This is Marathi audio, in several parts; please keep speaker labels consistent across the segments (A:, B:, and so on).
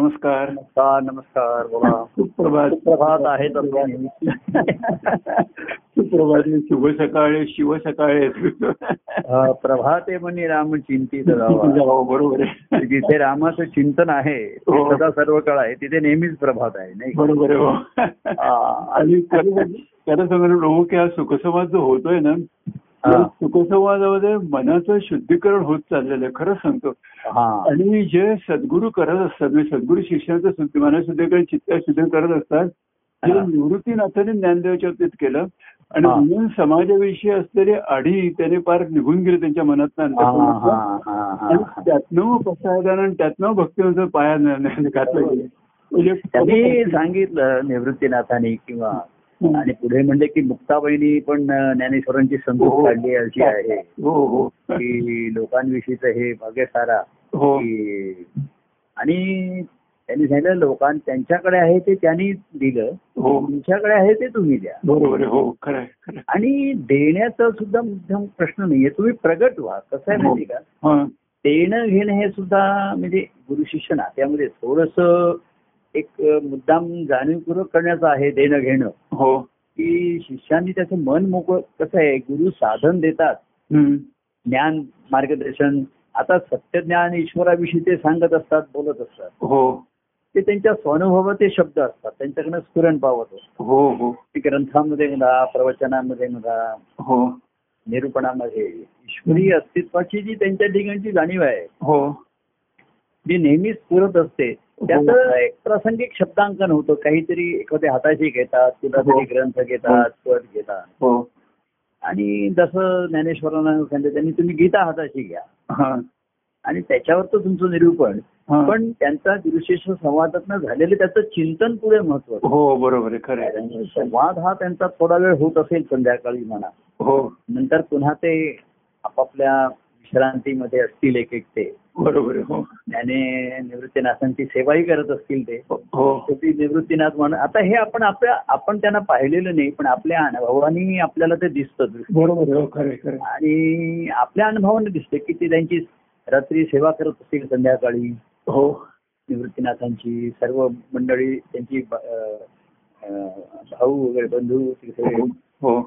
A: नमस्कार
B: नमस्कार नमस्कार बोला
A: सुप्रभात
B: सुप्रभात आहे तसं नेहमी.
A: सुप्रभात शुभ सकाळी शिव सकाळी
B: अं, प्रभाते म्हणे राम चिंतित रावा.
A: जावं, बरोबर आहे
B: जिथे रामाचं चिंतन आहे ते
A: हो.
B: सदा सर्व काळ आहे तिथे नेहमीच प्रभात आहे नाही का?
A: बरोबर आहे हो.
B: हा.
A: आणि खरं- खरं सांगणार प्रभू की हा सुखसंवाद जो होतोय ना
B: हा.
A: या सुखसंवादामध्ये मनाचं शुद्धीकरण होत चाललेलं आहे खरं सांगतो
B: हा.
A: आणि जे सद्गुरू करत असतात म्हणजे सद्गुरू शिक्षणाचं शुद्ध मना शुद्धीकरण चित्त शुद्ध करत असतात जे
B: हा.
A: निवृत्तीनाथाने ज्ञानदेवाच्या बाबतीत केलं आणि
B: हा.
A: म्हणून समाजाविषयी असलेली आढी त्याने फार निघून गेली त्यांच्या मनातनं
B: हा,
A: अंतर्मनातनं.
B: हा, हा, हा,
A: आणि
B: हा.
A: त्यातनं प्रसादान आणि त्यातनं भक्तीचं पाया न- न- घातलं गेलं. म्हणजे
B: त्यांनी सांगितलं निवृत्तीनाथाने किंवा आणि पुढे म्हणले की मुक्ताबाईनी पण अं, ज्ञानेश्वरांची संतूक
A: हो.
B: काढली अशी आहे
A: हो हो
B: की लोकांविषयीच हे भाग्य सारा
A: हो
B: की आणि त्यांनी सांगितलं लोकां त्यांच्याकडे आहे ते त्यांनी दिलं
A: हो
B: तुमच्याकडे आहे ते तुम्ही द्या
A: बरोबर आहे हो खरं आहे, खरं आहे.
B: आणि देण्याचा सुद्धा मुद्दाम प्रश्न नाहीये तुम्ही प्रगट व्हा कसं आहे माहिती
A: हो.
B: का
A: हा.
B: देणं घेणं हे सुद्धा म्हणजे गुरु शिष्य नात्यामध्ये थोडस एक अं, मुद्दाम जाणीवपूर्वक करण्याचं आहे देणं घेणं
A: हो
B: की शिष्यांनी त्याचं मन मोकळं कसं आहे गुरु साधन देतात
A: हम्म.
B: ज्ञान मार्गदर्शन आता सत्यज्ञान ईश्वराविषयी ते सांगत असतात बोलत असतात
A: हो
B: ते त्यांच्या स्वानुभवाचे शब्द असतात त्यांच्याकडनं स्फुरण पावत असतं
A: हो हो
B: ते ग्रंथामध्ये म्हणा प्रवचनामध्ये म्हणा
A: हो
B: निरूपणामध्ये ईश्वरी अस्तित्वाची जी त्यांच्या ठिकाणची जाणीव आहे
A: हो
B: जी नेहमीच पुरत असते त्याचं
A: हो.
B: एक प्रासंगिक शब्दांकन होतं काहीतरी एखाद्या हाताशी घेतात कुठला तरी
A: हो.
B: ग्रंथ घेतात पद घेतात
A: हो
B: आणि जसं ज्ञानेश्वरांना सांगितलं त्यांनी तुम्ही गीता हाताशी घ्या
A: हा
B: आणि त्याच्यावर तर तुमचं निरूपण
A: हा.
B: पण त्यांचा गुरुशिष्य संवादातनं झालेलं त्याचं चिंतन पुढे महत्वाचं
A: हो बरोबर आहे खरं आहे.
B: कारण संवाद हा त्यांचा थोडा वेळ होत असेल संध्याकाळी म्हणा
A: हो
B: नंतर पुन्हा ते आपापल्या विश्रांतीमध्ये असतील एक एक ते
A: बरोबर आहे हो
B: त्याने निवृत्तीनाथांची सेवाही करत असतील ते
A: हो
B: शेवटी निवृत्तीनाथ म्हणून आता हे आपण आपल्या आपण त्यांना पाहिलेलं नाही पण आपल्या अनुभवानी आपल्याला ते दिसतं दृश्य.
A: बरोबर आहे हो खरं आहे, खरं आहे.
B: आणि आपल्या अनुभवाने दिसते की ते त्यांची रात्री सेवा करत असतील संध्याकाळी
A: हो
B: निवृत्तीनाथांची सर्व मंडळी त्यांची ब- अं, अं, भाऊ वगैरे बंधू ते सगळे
A: हो हो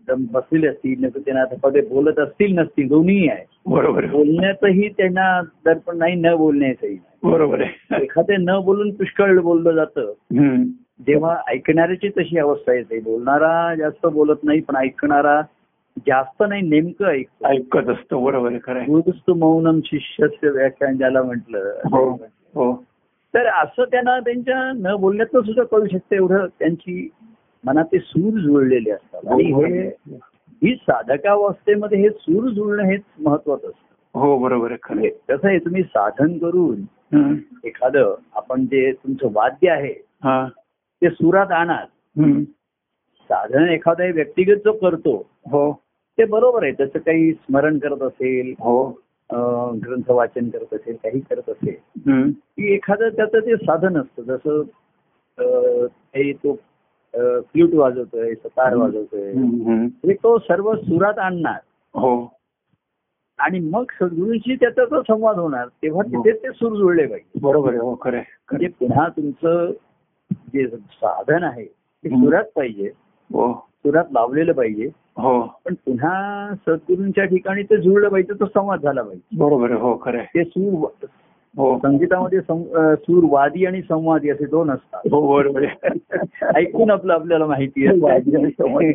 B: एकदम बसलेले असतील निवृत्तीनाथ पदे बोलत असतील नसतील दोन्ही आहे
A: बरोबर आहे
B: बोलण्याचंही त्यांना दर्पण नाही न बोलण्याचंही
A: बरोबर आहे
B: एखादे न बोलून पुष्कळ बोललं जातं
A: हम्म.
B: जेव्हा ऐकणाऱ्याची तशी अवस्था येते बोलणारा जास्त बोलत नाही पण ऐकणारा जास्त नाही नेमकं ऐकतो
A: ऐकत असतो बरोबर आहे खरं आहे.
B: गुरुस्तु मौनम शिष्यस्य व्याख्यान ज्याला
A: हो
B: म्हटलं
A: हो
B: तर असं त्यांना त्यांच्या न बोलण्यातलं सुद्धा कळू शकते एवढं त्यांची मनाचे सूर जुळलेले असतात आणि
A: हो,
B: हे ही साधकावस्थेमध्ये हे सूर जुळणं हेच महत्वाचं असतं
A: हो बरोबर आहे खरं
B: म्हणजे
A: आहे.
B: कसं आहे तुम्ही साधन करून
A: हम्म.
B: एखादं आपण जे तुमचं वाद्य आहे
A: हा
B: ते सुरात आणा
A: हम्म.
B: साधन एखादा व्यक्तिगत जो करतो
A: हो
B: ते बरोबर आहे त्याचं काही स्मरण करत असेल
A: हो
B: अं, ग्रंथ वाचन करत असेल काही करत असेल
A: हम्म.
B: की एखादं त्याचं ते साधन असतं जसं अं, हे तो फ्ल्यूट वाजवतोय सतार वाजवतोय
A: हम्म, हम्म.
B: म्हणजे तो सर्व सुरात आणणार
A: हो
B: आणि मग सद्गुरूंशी त्याचा तो संवाद होणार तेव्हा तिथे ते सूर जुळले पाहिजे
A: बरोबर आहे हो खरं आहे, खरं
B: म्हणजे
A: आहे.
B: पुन्हा तुमचं जे साधन आहे ते
A: हं.
B: सुरात पाहिजे
A: हो
B: सुरात लावलेलं पाहिजे
A: हो
B: पण पुन्हा सद्गुरूंच्या ठिकाणी ते जुळलं पाहिजे तो संवाद झाला पाहिजे
A: बरोबर आहे हो खरं आहे.
B: ते सूर
A: हो
B: संगीतामध्ये सं- अं, सूरवादी आणि संवादी असे दोन असतात
A: हो बरोबर आहे
B: ऐकून आपलं आपल्याला माहिती आहे वादी आणि संवादी.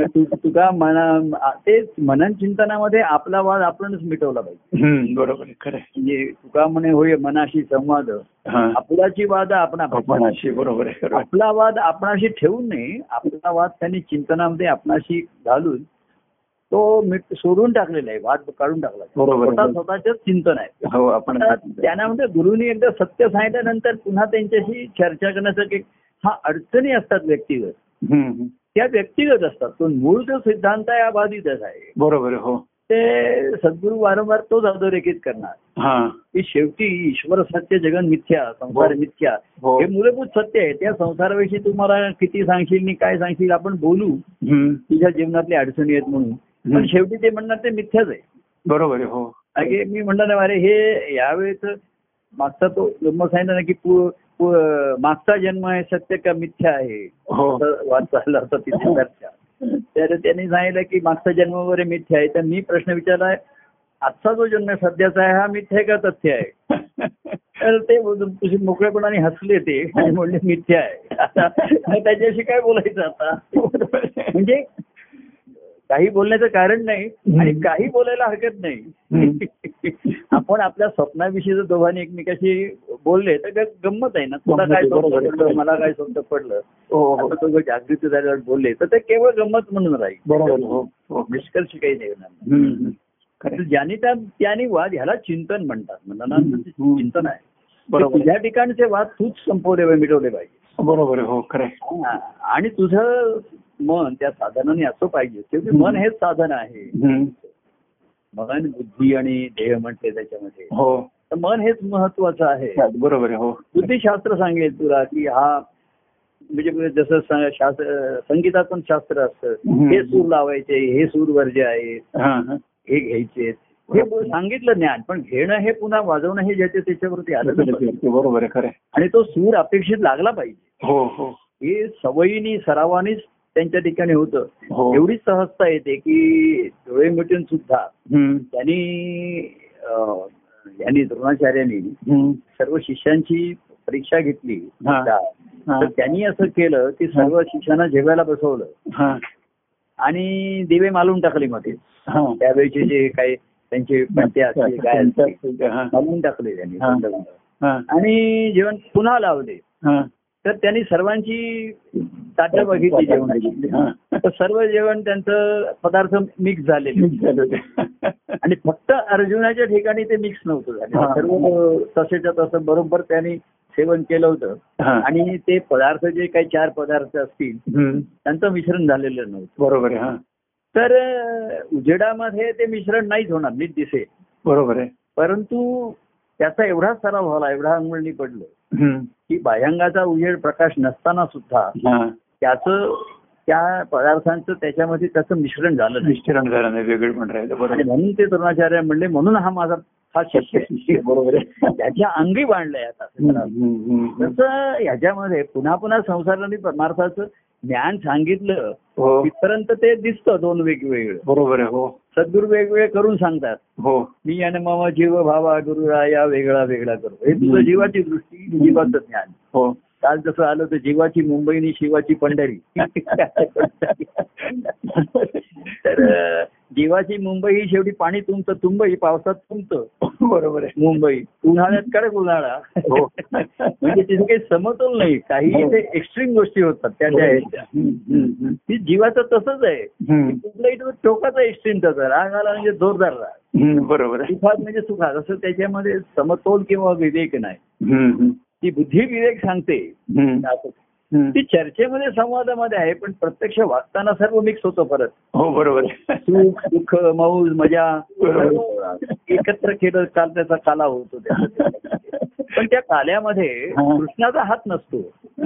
B: तु- तुका मना ते मनन चिंतनामध्ये आपला वाद आपणच मिटवला पाहिजे
A: हम्म, बरोबर आहे खरं आहे.
B: म्हणजे तुका म्हणे होय मनाशी संवाद
A: हा
B: आपलाची वाद आपण
A: आपण अशी बरोबर आहे खरं आहे.
B: आपला वाद आपणाशी ठेवून नये आपला वाद त्यांनी चिंतनामध्ये आपणाशी घालून तो मिट सोडून टाकलेला आहे वाद काढून टाकला आहे.
A: बरोबर
B: स्वतः
A: आहे.
B: स्वतःच चिंतन आहे
A: हो आपण
B: आता त्यांना म्हणजे गुरुनी एकदा सत्य सांगितल्यानंतर पुन्हा त्यांच्याशी चर्चा करण्याचं एक हा अडचणी असतात व्यक्तिगत
A: हम्म, हम्म.
B: त्या व्यक्तिगत असतात तो मूळ जो सिद्धांत आहे हा बाधितच आहे
A: बरोबर आहे, हो
B: ते सद्गुरू वारंवार तोच अधोरेखित करणार
A: हा
B: की शेवटी ईश्वर सत्य जगन मिथ्या संसार
A: हो.
B: मिथ्या
A: हो
B: हे मूलभूत सत्य आहे त्या संसाराविषयी तुम्हाला किती सांगशील आणि काय सांगशील आपण बोलू
A: हम्म,
B: तुझ्या जीवनातल्या अडचणी आहेत म्हणून पण
A: हम्म.
B: शेवटी ते म्हणणार ते मिथ्याच आहे
A: बरोबर आहे हो
B: अगे मी म्हणणार अरे हे यावेळेच मागचा तो ब्रह्म सांगितलं ना की पु- व- मागचा जन्म आहे सत्य का मिथ्या आहे
A: हो
B: असं वाद चालला होता तिथे चर्चा तर त्यांनी सांगितलं की मागचा जन्म वगैरे मिथ्या आहे तर मी प्रश्न विचारला आजचा जो जन्म सध्याचा आहे हा मिथ्या आहे का तथ्य आहे तर ते तुझी मोकळेपणाने हसले ते आणि म्हणले मिथ्या आहे आता मग त्याच्याशी काय बोलायचं आता म्हणजे काही बोलण्याचं कारण नाही आणि
A: हम्म.
B: काही बोलायला हरकत नाही आपण आपल्या स्वप्नाविषयी जर दोघांनी एकमेकाशी बोलले तर ग- गंमत आहे ना तुला काय स्वप्न
A: बरोबर आहे.
B: पडलं मला काय स्वप्न पडलं
A: हो हो
B: आता दोघं जागृत झाल्यावर बोलले तर ते केवळ गंमत म्हणून
A: बरोबर
B: राहील
A: हो हो
B: निष्कर्ष काही नाही होणार
A: हम्म, हम्म.
B: तर
A: खरं आहे.
B: ज्याने त्या त्याने वाद ह्याला चिंतन म्हणतात
A: हम्म,
B: म्हणतात
A: हम्म.
B: चिंतन आहे
A: बरोबर
B: तुझ्या ठिकाणचे वाद तूच संपवले पाहिजे, मिटवले पाहिजे
A: आहे. बरोबर आहे. हो खरं आहे.
B: आणि तुझं मन त्या साधनाने असं पाहिजे शेवटी मन हेच साधन आहे
A: हम्म.
B: मन बुद्धी आणि देह म्हटले त्याच्यामध्ये
A: हो
B: तर मन हेच महत्वाचं आहे
A: बरोबर आहे. हो
B: बुद्धिशास्त्र सांगेल तुला की हा म्हणजे जसं स- शास्त्र संगीतात पण शास्त्र असतं
A: हम्म.
B: हे सूर लावायचे हे सूर वर्ज्य आहेत
A: हा, हा.
B: हे घ्यायचे हे ब- सांगितलं ज्ञान पण घेणं हे पुन्हा वाजवणं हे ज्याचे त्याच्यावरती आलं नाही पाहिजे.
A: बरोबर आहे खरं आहे.
B: आणि तो सूर अपेक्षित लागला पाहिजे
A: हो हो
B: हे सवयीनी सरावानीच त्यांच्या ठिकाणी होतं
A: हो
B: एवढी सहजता येते की डोळे मिटून सुद्धा
A: हम्म,
B: त्यांनी अं, यांनी द्रोणाचार्यांनी
A: हम्म.
B: सर्व शिष्यांची परीक्षा घेतली
A: हा. हा.
B: तर त्यांनी असं केलं की सर्व शिष्यांना जेवायला बसवलं
A: हा,
B: आणि दिवे मालून टाकले मध्ये
A: हा.
B: त्यावेळेचे जे काही त्यांचे पणते असतील काय असतील
A: हा,
B: मालून टाकले त्यांनी
A: हा.
B: बंद- बंद.
A: हा,
B: आणि जेवण पुन्हा लावले
A: हा.
B: तर त्यांनी सर्वांची ताटं बघितली जेवणाची
A: हा.
B: तर सर्व जेवण त्यांचं पदार्थ मिक्स झालेले
A: मिक्स झालं ते.
B: आणि फक्त अर्जुनाच्या ठिकाणी ते मिक्स नव्हतं झालं
A: हा.
B: सर्व तसेच्या तसं बरोबर त्यांनी सेवन केलं होतं
A: हा.
B: आणि ते पदार्थ जे काही चार पदार्थ असतील
A: हम्म.
B: त्यांचं मिश्रण झालेलं नव्हतं
A: बरोबर आहे हा
B: तर अं, उजेडामध्ये ते मिश्रण नाहीच होणार नीट दिसे
A: बरोबर आहे
B: परंतु त्याचा एवढा सराव झाला एवढा अंगवळणी पडलं
A: हम्म.
B: की बाह्यांगाचा उजेड प्रकाश नसताना सुद्धा
A: हा
B: त्याचं त्या पदार्थांचं त्याच्यामध्ये त्याचं मिश्रण झालं नाही
A: मिश्रण झालं नाही वेगळं पण राहिलं
B: आणि
A: बरोबर
B: म्हणून ते द्रोणाचार्य म्हणले म्हणून हा माझा हा शिष्य आहे.
A: बरोबर आहे
B: त्याच्या अंगी बांधलंय आता
A: हम्म, हम्म, हम्म.
B: तसं ह्याच्यामध्ये पुन्हा पुन्हा संसाराने परमार्थाचं ज्ञान सांगितलं
A: हो
B: तिथपर्यंत ते दिसतं दोन वेगवेगळं
A: बरोबर आहे हो
B: सद्गुरू वेगवेगळे करून सांगतात
A: हो
B: मी आणि मामा जीव भावा गुरुराया वेगळा वेगळा करतो हे तुझं
A: हम्म.
B: जीवाची दृष्टी जीवाचं ज्ञान
A: हो
B: काल जसं आलं तर जीवाची मुंबईनी शिवाची पंढरी तर अं, जीवाची मुंबई ही शेवटी पाणी तुमचं तुंबई पावसात तुमचं
A: बरोबर आहे
B: मुंबई उन्हाळ्यात कडक उन्हाळा
A: हो
B: म्हणजे तिथे काही समतोल नाही काही
A: हो.
B: ते एक्स्ट्रीम गोष्टी होतात त्या ज्या आहेत त्या.
A: हम्म, हम्म, हम्म.
B: ती जीवाचं तसंच आहे
A: हम्म,
B: कुठलाही तो टोकाचा एक्स्ट्रीम त्याचा राग आला म्हणजे जोरदार राग
A: हम्म, बरोबर आहे
B: सुखात म्हणजे सुखात असं त्याच्यामध्ये समतोल किंवा विवेक नाही
A: हम्म, हम्म,
B: ती बुद्धी विवेक सांगते
A: हम्म,
B: ती
A: हम्म.
B: चर्चेमध्ये संवादामध्ये आहे पण प्रत्यक्ष वागताना सर्व मिक्स होतो परत
A: हो बरोबर आहे
B: सुख दुःख मौज मजा सर्व एकत्र केलं काल त्याचा काला होतो त्याचा. पण त्या काल्यामध्ये
A: हा.
B: कृष्णाचा हात नसतो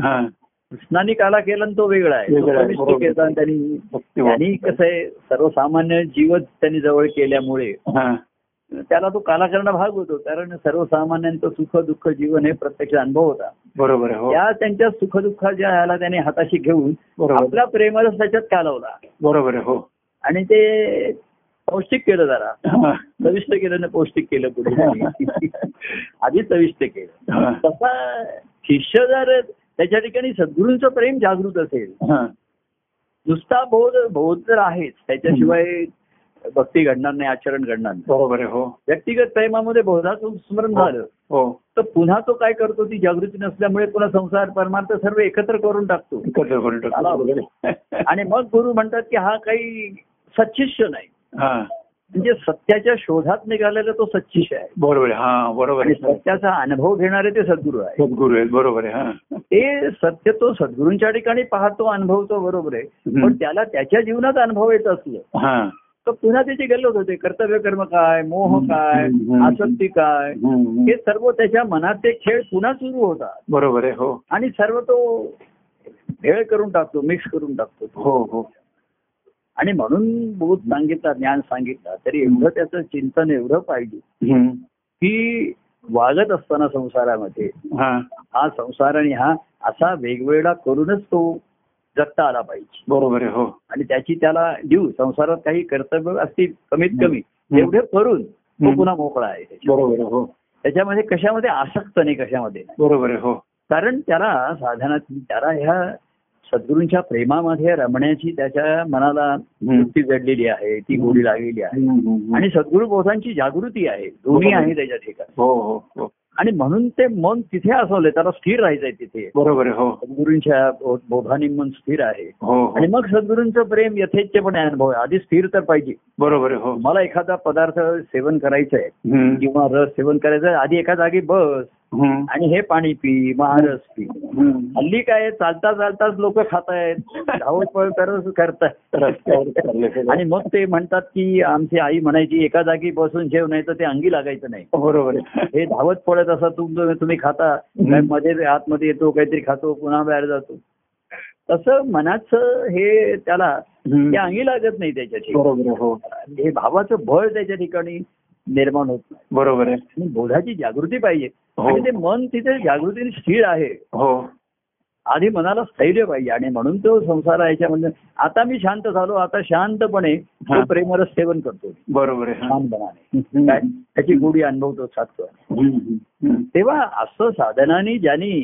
A: हा
B: कृष्णाने काला केला आणि तो वेगळा आहे तो
A: वेगळा आहे,
B: कनिष्ठ
A: बरोबर.
B: केला आणि त्यांनी
A: भक्तिभाव.
B: त्यांनी कसं आहे सर्वसामान्य जीवच त्यांनी जवळ केल्यामुळे
A: हा
B: त्याला तो काला करणं भाग होतो कारण सर्वसामान्यांचं सुख दुःख जीवन हे प्रत्यक्ष अनुभव होता
A: बरोबर आहे हो
B: त्या त्यांच्या सुखदुःखाच्या ह्याला त्याने हाताशी घेऊन
A: बरोबर
B: आपला प्रेमरस त्याच्यात कालवला
A: बरोबर आहे हो
B: आणि ते पौष्टिक केलं जरा
A: हा.
B: चविष्ट केलं ना पौष्टिक केलं पुढे त्यांनी. आधी चविष्ट केलं
A: हा.
B: तसा शिष्य जर त्याच्या ठिकाणी सद्गुरूंचं प्रेम जागृत असेल
A: हा.
B: नुसता बोध बोध तर आहेच त्याच्याशिवाय भक्ती घडणार नाही आचरण घडणार नाही
A: बरोबर आहे हो
B: व्यक्तिगत प्रेमामध्ये बोधाचं स्मरण झालं
A: हो
B: तर पुन्हा तो काय करतो ती जागृती नसल्यामुळे पुन्हा संसार परमार्थ सर्व एकत्र करून टाकतो
A: एकत्र करून टाकू.
B: आला.
A: बरोबर आहे.
B: आणि मग गुरु म्हणतात की हा काही सच्शिष्य नाही
A: हा
B: म्हणजे सत्याच्या शोधात निघालेला तो सच्शिष्य आहे
A: बरोबर आहे हा बरोबर
B: आणि
A: आहे
B: सत्याचा अनुभव घेणारे ते सद्गुरू आहे
A: सद्गुरू आहेत बरोबर आहे हा
B: ते सत्य तो सद्गुरूंच्या ठिकाणी पाहतो अनुभवतो बरोबर आहे
A: हम्म.
B: पण त्याला त्याच्या जीवनात अनुभव येत असलं
A: हा
B: तर पुन्हा त्याची गल्लत होते कर्तव्य कर्म काय मोह
A: हम्म,
B: काय
A: हम्म, हम्म.
B: आसक्ती काय
A: हम्म, हम्म.
B: हे सर्व त्याच्या मनात ते खेळ पुन्हा सुरू होतात
A: बरोबर आहे हो
B: आणि सर्व तो भेळ करून टाकतो मिक्स करून टाकतो तो.
A: हो हो
B: आणि म्हणून बोध सांगितला ज्ञान सांगितला तरी एवढं त्याचं चिंतन एवढं पाहिजे
A: हम्म.
B: की वागत असताना संसारामध्ये
A: हा
B: हा संसार आणि हा असा वेगवेगळा करूनच तो जगता आला पाहिजे
A: बरोबर आहे हो
B: आणि त्याची त्याला ड्यू संसारात काही कर्तव्य असतील कमीत कमी
A: हम्म.
B: एवढे करून तो
A: हम्म.
B: पुन्हा मोकळा आहे त्याच्या-
A: बरोबर आहे हो
B: त्याच्यामध्ये कशामध्ये आसक्त नाही कशामध्ये नाही.
A: बरोबर आहे हो
B: कारण त्याला साधनात त्याला ह्या सद्गुरूंच्या प्रेमामध्ये रमण्याची त्याच्या मनाला
A: हम्म.
B: वृत्ती जडलेली आहे ती
A: हम्म.
B: गोडी लागलेली आहे
A: हम्म, हम्म,
B: आणि सद्गुरू बोधांची जागृती आहे दोन्ही
A: बरोबर.
B: आहे त्याच्या ठिकाणी
A: हो हो हो
B: आणि म्हणून ते मन तिथे असवलंय त्याला स्थिर राहायचंय तिथे
A: बरोबर आहे हो
B: सद्गुरूंच्या बो- बोधाने मन स्थिर आहे
A: हो
B: आणि
A: हो
B: मग सद्गुरूंचं प्रेम यथेच्छपणे अनुभव आहे. आधी स्थिर तर पाहिजे
A: बरोबर आहे हो
B: मला एखादा पदार्थ सेवन करायचं आहे
A: हम्म,
B: किंवा रस सेवन करायचं आहे, आधी एका जागी बस
A: हम्म,
B: आणि हे पाणी पी महारस पी
A: हम्म.
B: हल्ली काय चालता चालताच लोक खातायत धावपळ करत
A: रस्त्यावर
B: करतायत
A: चाललंय सगळं.
B: आणि मग ते म्हणतात की आमची आई म्हणायची एका जागी बसून जेव नाही तर ते अंगी लागायचं नाही
A: बरोबर आहे
B: हे धावत पडत असा तुम तुम्ही खाता काय मध्ये आतमध्ये येतो काहीतरी खातो पुन्हा बाहेर जातो तसं मनाचं हे त्याला
A: हम्म.
B: ते अंगी लागत नाही त्याच्या ठिकाणी
A: बरोबर आहे हो
B: हे भावाचं बळ त्याच्या ठिकाणी निर्माण होत नाही
A: बरोबर आहे
B: आणि बोधाची जागृती पाहिजे
A: हो.
B: आणि ते मन तिथे जागृतीने स्थिर आहे
A: हो
B: आधी मनाला स्थैर्य पाहिजे आणि म्हणून तो संसार याच्यामध्ये आता मी शांत झालो आता शांतपणे
A: हा.
B: तो प्रेमरस सेवन करतो
A: बरोबर आहे हा.
B: शांतपणाने काय त्याची गोडी अनुभवतो साधतो
A: हम्म, हम्म, हम्म.
B: तेव्हा असं साधनाने ज्यांनी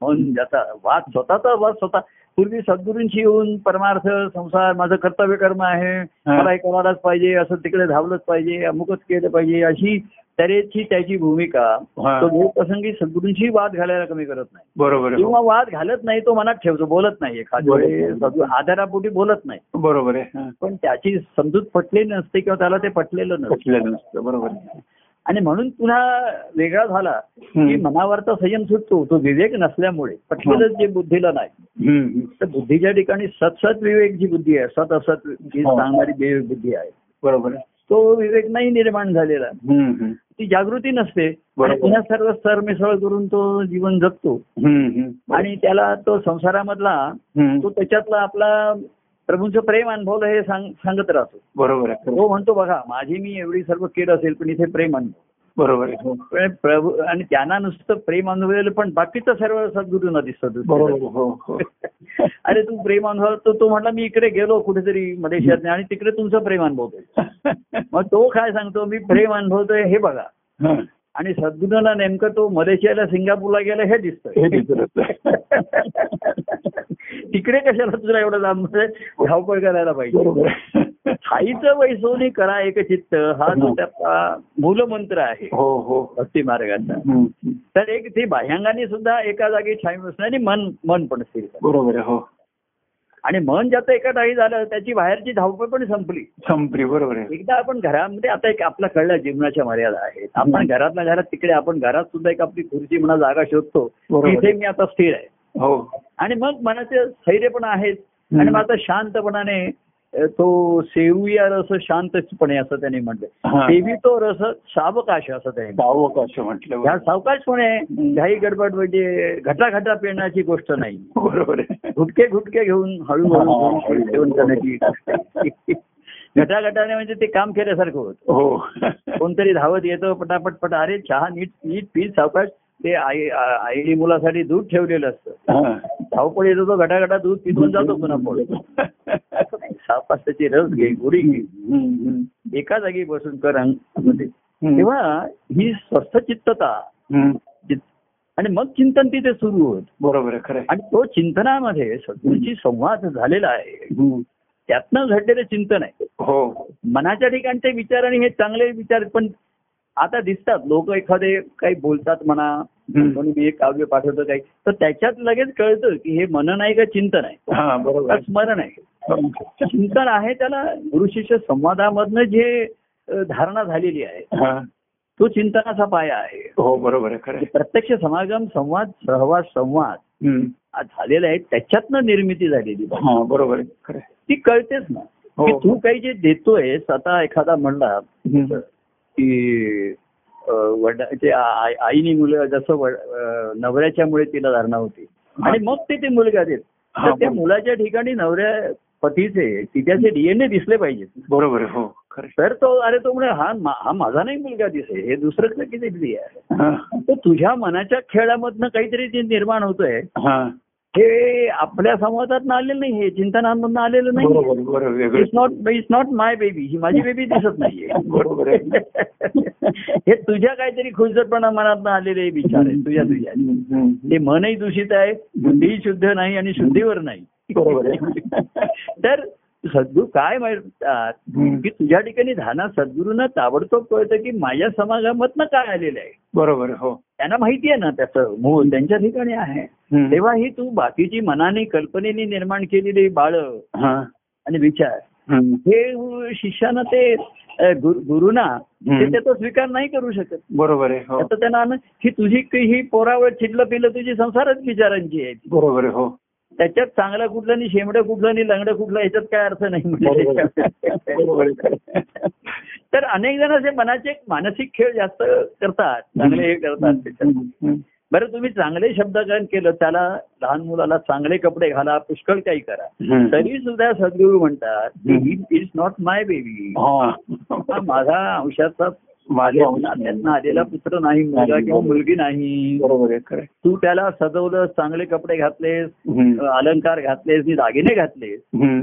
B: म्हणून ज्याचा वाद स्वतःचा वाद स्वतः पूर्वी सद्गुरूंशी येऊन परमार्थ संसार माझं कर्तव्य कर्म आहे मला हे करायलाच पाहिजे असं तिकडे धावलंच पाहिजे अमुकच केलं पाहिजे अशी तऱ्हेची त्याची भूमिका
A: हा.
B: तो लोकप्रसंगी सद्गुरूंशी वाद घालायला कमी करत नाही
A: बरोबर आहे
B: किंवा वाद घालत नाही तो मनात ठेवतो बोलत नाही एखाद्या
A: बोलत
B: वेळी
A: नाही.
B: सद्गुरू आधारापोटी बोलत नाही
A: हो. बरोबर आहे हा.
B: पण त्याची समजूत पटलेली नसते किंवा त्याला ते पटलेलं नसतं
A: पटलेलं नसतं बरोबर आहे
B: आणि म्हणून पुन्हा वेगळा झाला की
A: हम्म.
B: मनावरचा संयम सुटतो तो विवेक नसल्यामुळे पटलेलंच जे बुद्धीला नाही
A: हम्म, हम्म.
B: तर बुद्धीच्या ठिकाणी सतसत विवेक जी बुद्धी आहे सत असत जी
A: हो.
B: सांगणारी विवेक बुद्धी आहे
A: बरोबर आहे
B: तो विवेक नाही निर्माण झालेला
A: हम्म, हम्म.
B: ती जागृती नसते
A: बरोबर.
B: आणि पुन्हा सर्व सरमिसळ करून तो जीवन जगतो
A: हम्म, हम्म.
B: आणि त्याला तो संसारामधला
A: हम्म.
B: तो त्याच्यातला आपला प्रभूंचं प्रेम अनुभवलं हे सांग सांगत राहतो
A: बरोबर आहे
B: तो म्हणतो बघा माझी मी एवढी सर्व केलं असेल पण इथे प्रेम अनुभव
A: बरोबर आहे हो.
B: पण प्रभू आणि त्यांना नुसतं प्रेम अनुभवलेलं पण बाकीचं सर्व सद्गुरूंना दिसत
A: बरोबर आहे. हो हो
B: अरे तू प्रेम अनुभव तर तो म्हटला मी इकडे गेलो कुठेतरी मलेशियात आणि तिकडे तुमचं प्रेम अनुभवतोय मग तो काय सांगतो मी प्रेम अनुभवतोय हे बघा
A: हा.
B: आणि सद्गुरूंना नेमकं तो मलेशियाला सिंगापूरला गेला हे
A: हे
B: दिसतंय
A: दिसत
B: तिकडे कशाला तुला एवढं लांब म्हणजे धावपळ करायला पाहिजे
A: बरोबर आहे.
B: खाईचं वैसोनी करा एक चित्त हा जो त्याचा मूलमंत्र आहे
A: हो हो
B: भक्ती मार्गाचा
A: हम्म, हम्म.
B: तर एक ती बाह्यांगाने सुद्धा एका जागी छाई बसणं आणि मन मन पण स्थिर करणं.
A: बरोबर आहे हो
B: आणि मन ज्याचं एका जागी झालं त्याची बाहेरची धावपळ पण संपली
A: संपली बरोबर आहे
B: एकदा आपण घरामध्ये आता एक आपला कळलं जीवनाच्या मर्यादा आहेत आपण
A: हम्म.
B: घरातल्या घरात तिकडे आपण घरात सुद्धा एक आपली खुर्ची म्हणा जागा शोधतो
A: बरोबर.
B: इथे मी आता स्थिर आहे
A: हो
B: आणि मग मनाचे स्थैर्य पण आहेत आणि मग आता शांतपणाने अ, तो सेवूया रस शांतपणे असं त्याने म्हटलं
A: हा.
B: सेवी तो रस सावकाश असं त्याने म्हटलं.
A: सावकाश म्हटलं
B: ह्या सावकाशपणे घाई गडबड म्हणजे घटाघटा पेरण्याची गोष्ट नाही
A: बरोबर आहे
B: घुटके घुटके घेऊन
A: हा, हा,
B: हळूहळू
A: हा.
B: हळूहळू सेवन करण्याची घटाघटाने म्हणजे ते काम केल्यासारखं होत
A: हो
B: कोणतरी धावत येतं पटापट पटा अरे चहा नीट नीट पी सावकाश ते आई आ- आईने मुलासाठी दूध ठेवलेलं असतं
A: हा.
B: धावपळ येतो तो घटाघटा दूध पिकून जातो पुन्हा पळून असं नाही, सावकाश त्याची रस घे गोडी घे
A: हम्म, हम्म.
B: एका जागी बसून कर अंग- म्हणजे.
A: हम्म.
B: तेव्हा ही स्वस्थ चित्तता
A: हम्म.
B: चित- आणि मग चिंतन तिथे सुरू होत
A: बरोबर आहे खरं आहे.
B: आणि तो चिंतनामध्ये सद्गुरूंशी संवाद झालेला आहे
A: हम्म.
B: त्यातनं घडलेलं चिंतन आहे
A: हो
B: मनाच्या ठिकाणचे विचार आणि हे चांगले विचार पण आता दिसतात लोक एखादे काही बोलतात म्हणा
A: हम्म.
B: कोणी मी एक काव्य पाठवतो काही तर त्याच्यात लगेच कळतं की हे मनन आहे का चिंतन आहे
A: हा बरोबर
B: का
A: आहे.
B: स्मरण आहे चिंतन आहे त्याला गुरु शिष्य संवादामधनं जे अ, धारणा झालेली आहे
A: हा.
B: तो चिंतनाचा पाया आहे
A: हो बरोबर आहे खरं
B: जे
A: आहे.
B: प्रत्यक्ष समागम संवाद सहवास संवाद
A: हम्म.
B: हा झालेला आहे त्याच्यातनं निर्मिती झालेली पाहिजे.
A: हा बरोबर आहे खरं आहे.
B: ती कळतेच ना
A: हो.
B: की तू काही जे देतोय आता एखादा म्हणला
A: हम्म.
B: की अं, वडा- ते आ- आ- आईनी मुलं जसं वड- अं, नवऱ्याच्यामुळे तिला धारणा होती आणि मग ते ते मुलगा देत
A: हा,
B: तर त्या
A: बरोबर.
B: मुलाच्या ठिकाणी नवऱ्या पतीचे तिच्याचे डीएनए दिसले पाहिजेत
A: बरोबर आहे हो खरं
B: तर तो अरे तो म्हणे हा मा- हा माझा नाही मुलगा दिसे हे दुसरंच नक्की दिसली आहे
A: हा
B: तर तुझ्या मनाच्या खेळामधनं काहीतरी जे निर्माण होतंय
A: हा
B: हे आपल्या संवादात आलेलं नाही हे चिंतनांमधनं आलेलं नाही
A: बरोबर बरोबर वेगळं
B: it's not it's not my baby ही माझी बेबी दिसत
A: बरोबर आहे.
B: नाहीये हे तुझ्या काहीतरी खुजरपणा मनात आलेले विचार आहे तुझ्या तुझ्या
A: हम्म, हम्म.
B: ते मनही दूषित आहे बुद्धीही शुद्ध नाही आणि शुद्धीवर नाही
A: बरोबर आहे
B: तर सद्गुरू काय माहित आ,
A: हम्म.
B: की तुझ्या ठिकाणी धाना सद्गुरूंना ताबडतोब कळतं की माझ्या समाजामधनं काय आलेलं आहे
A: बरोबर आहे, हो
B: त्यांना माहिती आहे ना त्याचं मूळ त्यांच्या ठिकाणी आहे
A: हम्म.
B: तेव्हा ही तू बाकीची मनाने कल्पनेने निर्माण केलेली बाळ
A: हा
B: आणि विचार
A: हम्म.
B: हे शिष्यानं ते अ, गुरु- गुरुना ते
A: हम्म.
B: त्याचा स्वीकार नाही करू शकत
A: बरोबर आहे हो
B: आता त्यांना अन- ही तुझी की- ही पोरावळ चिडलं पिलं तुझी संसारच विचारांची आहे
A: बरोबर आहे हो
B: त्याच्यात चांगला कुठलं नाही शेमडं कुठलं नाही लंगडं कुठलं याच्यात काय अर्थ नाही
A: बरोबर
B: म्हणजे
A: बरोबर आहे.
B: तर अनेक जण असे मनाचे मानसिक खेळ जास्त करतात चांगले हे करतात त्याच्यात.
A: हम्म, हम्म.
B: बरं तुम्ही चांगले शब्दकरण केलं त्याला लहान मुलाला चांगले कपडे घाला पुष्कळ काही करा
A: हम्म.
B: तरी सुद्धा सद्गुरू म्हणतात
A: हम्म.
B: इज नॉट माय बेबी
A: हो. हा.
B: माझा अंशाचा
A: माझ्या
B: नात्यातनं आलेला पुत्र नाही मुलगा किंवा
A: हो.
B: मुलगी नाही
A: बरोबर आहे खरं आहे.
B: तू त्याला सजवलं चांगले कपडे घातलेस
A: हम्म.
B: अलंकार घातलेस नी दागिने घातलेस
A: हम्म.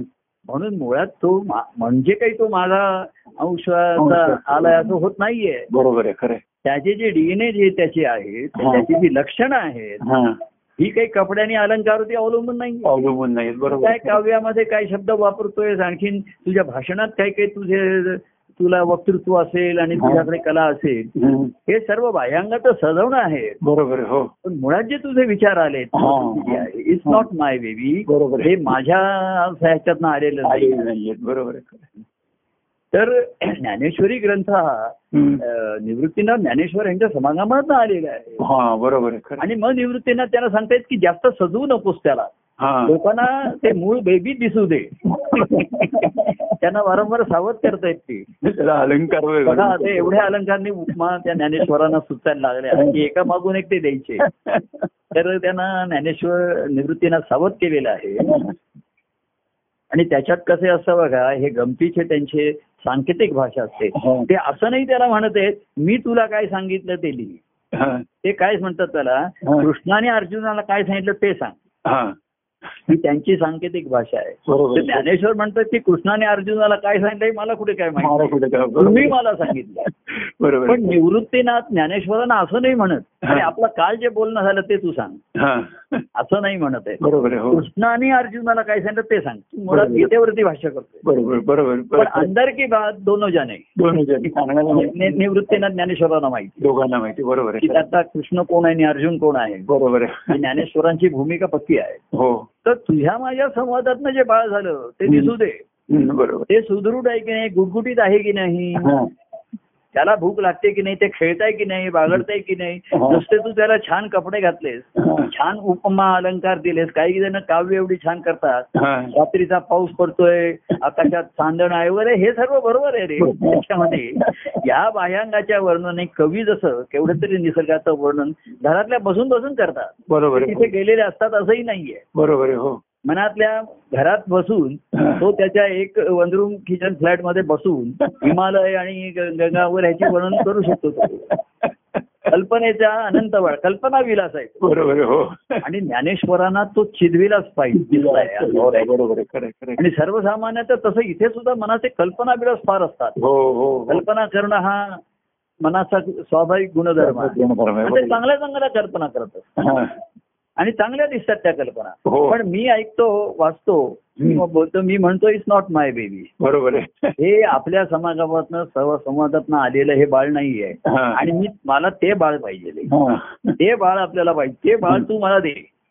B: म्हणून मुळात तो मा- म्हणजे काही तो माझा
A: हो,
B: अंशाचा आलाय असं होत नाहीये
A: बरोबर आहे खरं आहे.
B: त्याचे जे डीएनए जे त्याचे आहेत
A: हा.
B: त्याची जी लक्षणं आहेत
A: हा
B: ही काही कपड्याने अलंकारावरती अवलंबून नाही
A: अवलंबून नाहीत हो, बरोबर
B: काय
A: आहे.
B: काव्यामध्ये काय शब्द वापरतोयस आणखीन तुझ्या भाषणात काय काही तुझे तुला वक्तृत्व असेल आणि
A: हा.
B: तुझ्याकडे कला असेल
A: हम्म.
B: हे सर्व बाह्यांगात सजवणं आहे
A: बरोबर आहे, हो
B: पण मुळात जे तुझे विचार आले
A: हा.
B: इट्स
A: हा.
B: नॉट माय बेबी
A: बरोबर आहे.
B: हे माझ्या ह्याच्यातनं आलेलं नाही
A: आलेले नाहीयेत बरोबर आहे खरं आहे.
B: तर ज्ञानेश्वरी ग्रंथ हा
A: हम्म.
B: अं, ज्ञानेश्वर ज्ञानेश्वर यांच्या समागमात आलेला आहे
A: हा बरोबर आहे खरं आहे.
B: आणि मग निवृत्तींना त्यांना सांगतायत की जास्त सजवू नकोस त्याला
A: हा
B: लोकांना ते मूळ बेबी दिसू दे त्यांना वारंवार सावध करतायत ते
A: त्याला अलंकार वगैरे.
B: बघा ते एवढ्या अलंकारने उपमा त्या ज्ञानेश्वरांना सुचायला
A: हो.
B: लागल्या की एका मागून एक ते द्यायचे तर त्यांना ज्ञानेश्वर निवृत्तींना सावध केलेलं आहे आणि त्याच्यात कसे असं बघा हे गमतीचे त्यांचे सांकेतिक भाषा असते
A: हो.
B: ते असं नाही त्याला म्हणत आहेत मी तुला काय सांगितलं ते लिही
A: हा.
B: ते काय म्हणतात त्याला
A: हा.
B: कृष्णाने अर्जुनाला काय सांगितलं ते सांग
A: हा.
B: ही त्यांची सांकेतिक भाषा आहे
A: बरोबर
B: तर
A: आहे.
B: ज्ञानेश्वर म्हणतात की कृष्णाने अर्जुनाला काय सांगितलं हे मला कुठे काय
A: मला
B: माहिती
A: कुठे काय-
B: तुम्ही
A: बरोबर
B: मला सांगितलं
A: आहे. बरोबर
B: पण
A: आहे.
B: निवृत्तीनाथ ज्ञानेश्वरांना असं नाही म्हणत
A: हा.
B: आणि आपलं काल जे बोलणं झालं ते तू सांग
A: हा.
B: असं नाही म्हणत आहे
A: बरोबर आहे हो
B: कृष्णाने अर्जुनाला काय सांगितलं ते सांग तू मुळात
A: बरोबर.
B: गीतेवरती भाष्य करतोय
A: बरोबर बरोबर हो.
B: पण
A: बरोबर
B: अंदर की बात दोन जाने
A: दोन हजार सांगण्याला
B: नि-
A: माहिती.
B: निवृत्तीनाथ ज्ञानेश्वरांना माहिती
A: दोघांना माहिती बरोबर
B: की
A: आहे खरं आहे.
B: त्यातला कृष्ण कोण आहे आणि अर्जुन कोण आहे
A: बरोबर
B: आणि
A: आहे
B: ज्ञानेश्वरांची भूमिका पक्की आहे
A: हो
B: तर तुझ्या माझ्या संवादातनं जे बाळ झालं ते दिसू दे
A: हम्म, बरोबर
B: ते सुदृढ आहे की नाही गुटगुटीत आहे की नाही
A: हा.
B: त्याला भूक लागते की नाही ते खेळताय की नाही बागडताय की नाही
A: हा.
B: नुसते तू त्याला छान कपडे घातलेस
A: हा.
B: छान उपमा अलंकार दिलेस काही जण काव्य एवढी छान करतात
A: हा.
B: रात्रीचा पाऊस पडतोय आकाशात चांदण आहे वगैरे हे सर्व बरोबर आहे रे
A: बरोबर.
B: त्याच्यामध्ये या बाह्यांगाच्या वर्णने कवी जसं केवढं तरी निसर्गाचं वर्णन घरातल्या बसून बसून करतात
A: बरोबर
B: तिथे
A: आहे
B: गेलेले असतात असंही नाहीये
A: बरोबर आहे हो
B: मनातल्या घरात बसून तो त्याच्या एक वन रूम किचन फ्लॅट मध्ये बसून हिमालय आणि ग- गंगावर ह्याचे वर्णन करू शकतो तो कल्पनेचा अनंत वाढ कल्पना विलास आहे तो.
A: बरोबर आहे हो
B: आणि ज्ञानेश्वरांना तो चिदविलास पाहिजे दिसलाय अनुभवलाय.
A: हो, बरोबर आहे खरं आहे, खरं आहे.
B: आणि सर्वसामान्य तर तसं इथे सुद्धा मनाचे कल्पना विलास फार असतात
A: हो हो हो.
B: कल्पना करणं हा मनाचा स्वाभाविक गुणधर्म आहे
A: गुणधर्म आहे,
B: आणि ते
A: बरोबर.
B: चांगल्या चांगल्या कल्पना करत असतात
A: हा.
B: आणि चांगल्या दिसतात त्या कल्पना
A: हो.
B: पण मी ऐकतो वाचतो किंवा बोलतो मी म्हणतो इट्स नॉट माय बेबी
A: बरोबर आहे
B: हे आपल्या समाजापासून सर्व संवादातनं आलेलं हे बाळ नाहीये
A: हा.
B: आणि मी मला ते बाळ पाहिजे
A: हा.
B: ते बाळ आपल्याला पाहिजे ते बाळ तू मला दे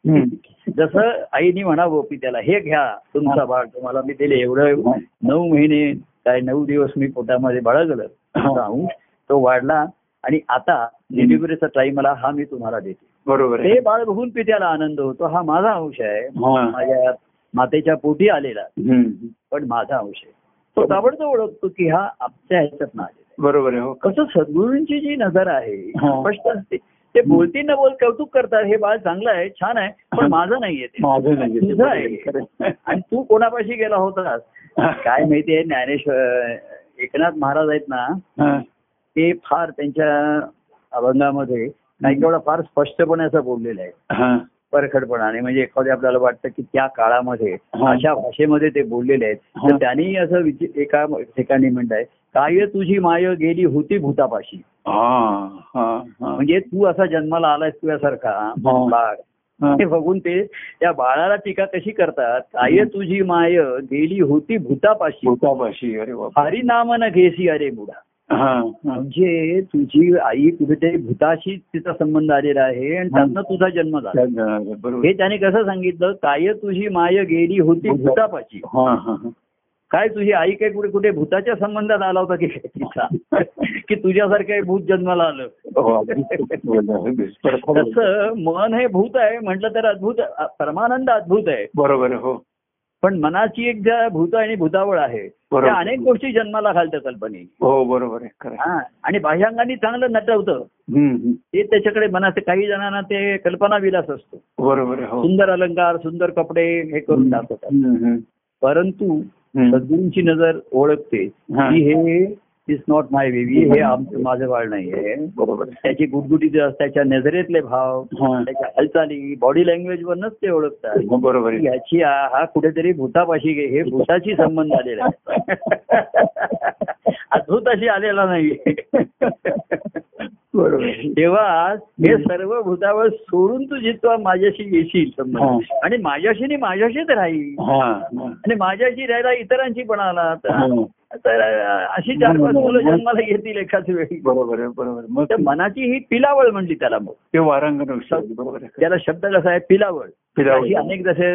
A: हम्म.
B: जसं आईनी म्हणावं की त्याला हे घ्या तुमचा बाळ तुम्हाला मी दिले एवढं नऊ महिने काय नऊ दिवस मी पोटामध्ये बाळगलं असा अंश तो वाढला आणि आता डिलिव्हरीचा टाईम मला हा मी तुम्हाला देते
A: बरोबर आहे
B: ते बाळ बघून पित्याला आनंद होतो हा माझा अंश आहे
A: हा.
B: माझ्या मातेच्या पोटी आलेला
A: हम्म.
B: पण माझा अंश आहे तो ताबडतोब ओळखतो की हा आमच्या ह्याच्यात नाही
A: बरोबर आहे हो
B: कसं सद्गुरूंची जी नजर आहे
A: हा.
B: स्पष्ट असते ते बोलती न बोल कौतुक करतात हे बाळ चांगलं आहे छान आहे पण माझं नाहीये ते
A: माझं नाही
B: तुझं आहे.
A: खरं आहे.
B: आणि तू कोणापाशी गेला होतास काय माहितीये ज्ञानेश्वर एकनाथ महाराज आहेत ना
A: हा,
B: ते फार त्यांच्या अभंगामध्ये काही वेळा फार स्पष्टपणे असं बोललेलं आहे
A: हा,
B: परखडपणाने म्हणजे एखाद्या आपल्याला वाटतं की त्या काळामध्ये
A: हा.
B: अशा भाषेमध्ये ते बोललेले आहेत
A: हा.
B: तर त्यांनी असं विच- एका ठिकाणी म्हणताय काय तुझी माय गेली होती भूतापाशी
A: हा, हा, हा.
B: म्हणजे तू असा जन्माला आलाय तुझ्यासारखा
A: हा.
B: बाळ
A: हा,
B: हे बघून ते त्या बाळाला टीका कशी करतात काय तुझी माय गेली होती भूतापाशी
A: भूतापाशी अरे बाप
B: हरी नाम न घेसी अरे बुडा
A: हा, हा.
B: म्हणजे तुझी आई कुठेतरी भूताशी तिचा संबंध आलेला आहे आणि त्यातनं तुझा जन्म झाला
A: बरोबर
B: हे त्याने कसं सांगितलं काय तुझी माय गेली होती
A: भूता-
B: भूतापाशी
A: हा, हा, हा.
B: काय तुझी आई काय कुठे कुठे भूताच्या संबंधात आला होता की काय तिचा की तुझ्यासारखं भूत जन्माला आलं
A: हो, अगदी बोलला, अगदी. परखड बोलला.
B: तसं मन हे भूत आहे म्हटलं तर अद्भुत अ- परमानंद अद्भुत आहे
A: बरोबर आहे, हो
B: पण मनाची एक ज्या भूत आणि भूतावळ आहे
A: बरोबर.
B: त्या अनेक गोष्टी जन्माला घालतात कल्पने
A: हो बरोबर आहे खरं आहे.
B: हा आणि बाह्यांगाने चांगलं नटवतं
A: हम्म, हम्म.
B: ते त्याच्याकडे मनाचे काही जणांना ते कल्पना विलास असतो
A: बरोबर आहे, हो
B: सुंदर अलंकार सुंदर कपडे हे करून दाखवतात
A: हम्म, हम्म,
B: परंतु
A: हम्म.
B: सद्गुरूंची नजर ओळखते
A: हा.
B: की हे इज नॉट माय बेबी हे आमचं माझं बाळ नाहीये
A: बरोबर आहे.
B: त्याची गुटगुटी त्याच्या नजरेतले भाव
A: हा.
B: त्याच्या हालचाली बॉडी लँग्वेज वरनच ते ओळखतात
A: हो, बरोबर आहे.
B: याची आ- हा कुठेतरी भूतापाशी गे- हे भूताशी संबंध आलेला आहे अद्भुताशी आलेला नाही
A: बरोबर आहे.
B: तेव्हा हे सर्व भूतावर सोडून तू जितवा माझ्याशी येशील संबंध
A: हा.
B: आणि माझ्याशी नी माझ्याशीच राहील
A: हा, हा.
B: आणि माझ्याशी राहायला इतरांची पण आला तर
A: हा.
B: तर अशी चार पाच मुलं जन्माला घेतील एकाच वेळी
A: बरोबर आहे बरोबर आहे. मग
B: तर मनाची ही पिलावळ म्हणली त्याला मग
A: ते वारांगण औषध बरोबर आहे
B: त्याला शब्द कसा आहे पिलावळ
A: पिलावळ.
B: अशी अनेक जसे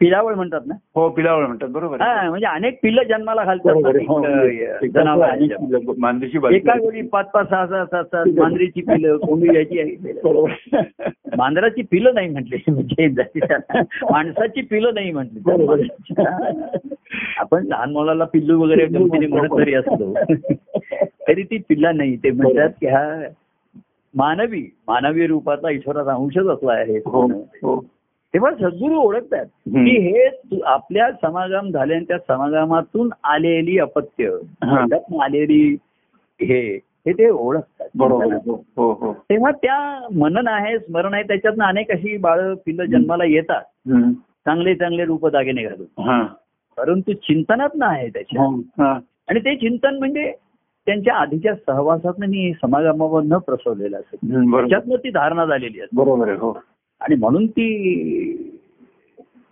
B: पिलावळ म्हणतात ना
A: हो पिलावळ म्हणतात बरोबर आहे.
B: हा म्हणजे अनेक पिल्ल जनाला
A: बरोबर आहे. हो.
B: घालतात
A: एकाच आणि
B: जनावर
A: पिलं- मांजरीची बाजू
B: एका वेळी पाच पाच सहा सहा सात सात मांजरीची पिलं कोंबडी याची आहे.
A: बरोबर
B: मांजराची पिलं नाही म्हटले म्हणजे जातीच्या- माणसाची पिलं नाही
A: बरोबर
B: म्हटली आपण लहान मुलाला पिल्लू वगैरे गमतीने म्हणत जरी असलो तरी ती पिल्ला नाही ते म्हणतात की हा मानवी मानवी रूपाचा ईश्वराचा अंशच असला आहे
A: हो हो
B: तेव्हा सद्गुरू ओळखतात
A: हम्म.
B: की हे तु- आपल्या समागम झाले आणि त्या समागमातून आलेली अपत्य
A: हा.
B: त्यातून आलेली हे हे ते ओळखतात
A: बरोबर आहे. हो, हो हो
B: तेव्हा त्या मनन आहे स्मरण आहे त्याच्यातनं अनेक अशी बाळ पिल्लं जन्माला येतात
A: हम्म.
B: चांगले चांगले रूप दागिने घालून
A: हा
B: परंतु चिंतनात ना आहे त्याच्या
A: हा, हा.
B: आणि ते चिंतन म्हणजे त्यांच्या आधीच्या सहवासात मी समागमावर न प्रसवलेलं असेल
A: हम्म, बरोबर
B: त्याच्यातनं ती धारणा झालेली असते
A: बरोबर आहे हो
B: आणि म्हणून ती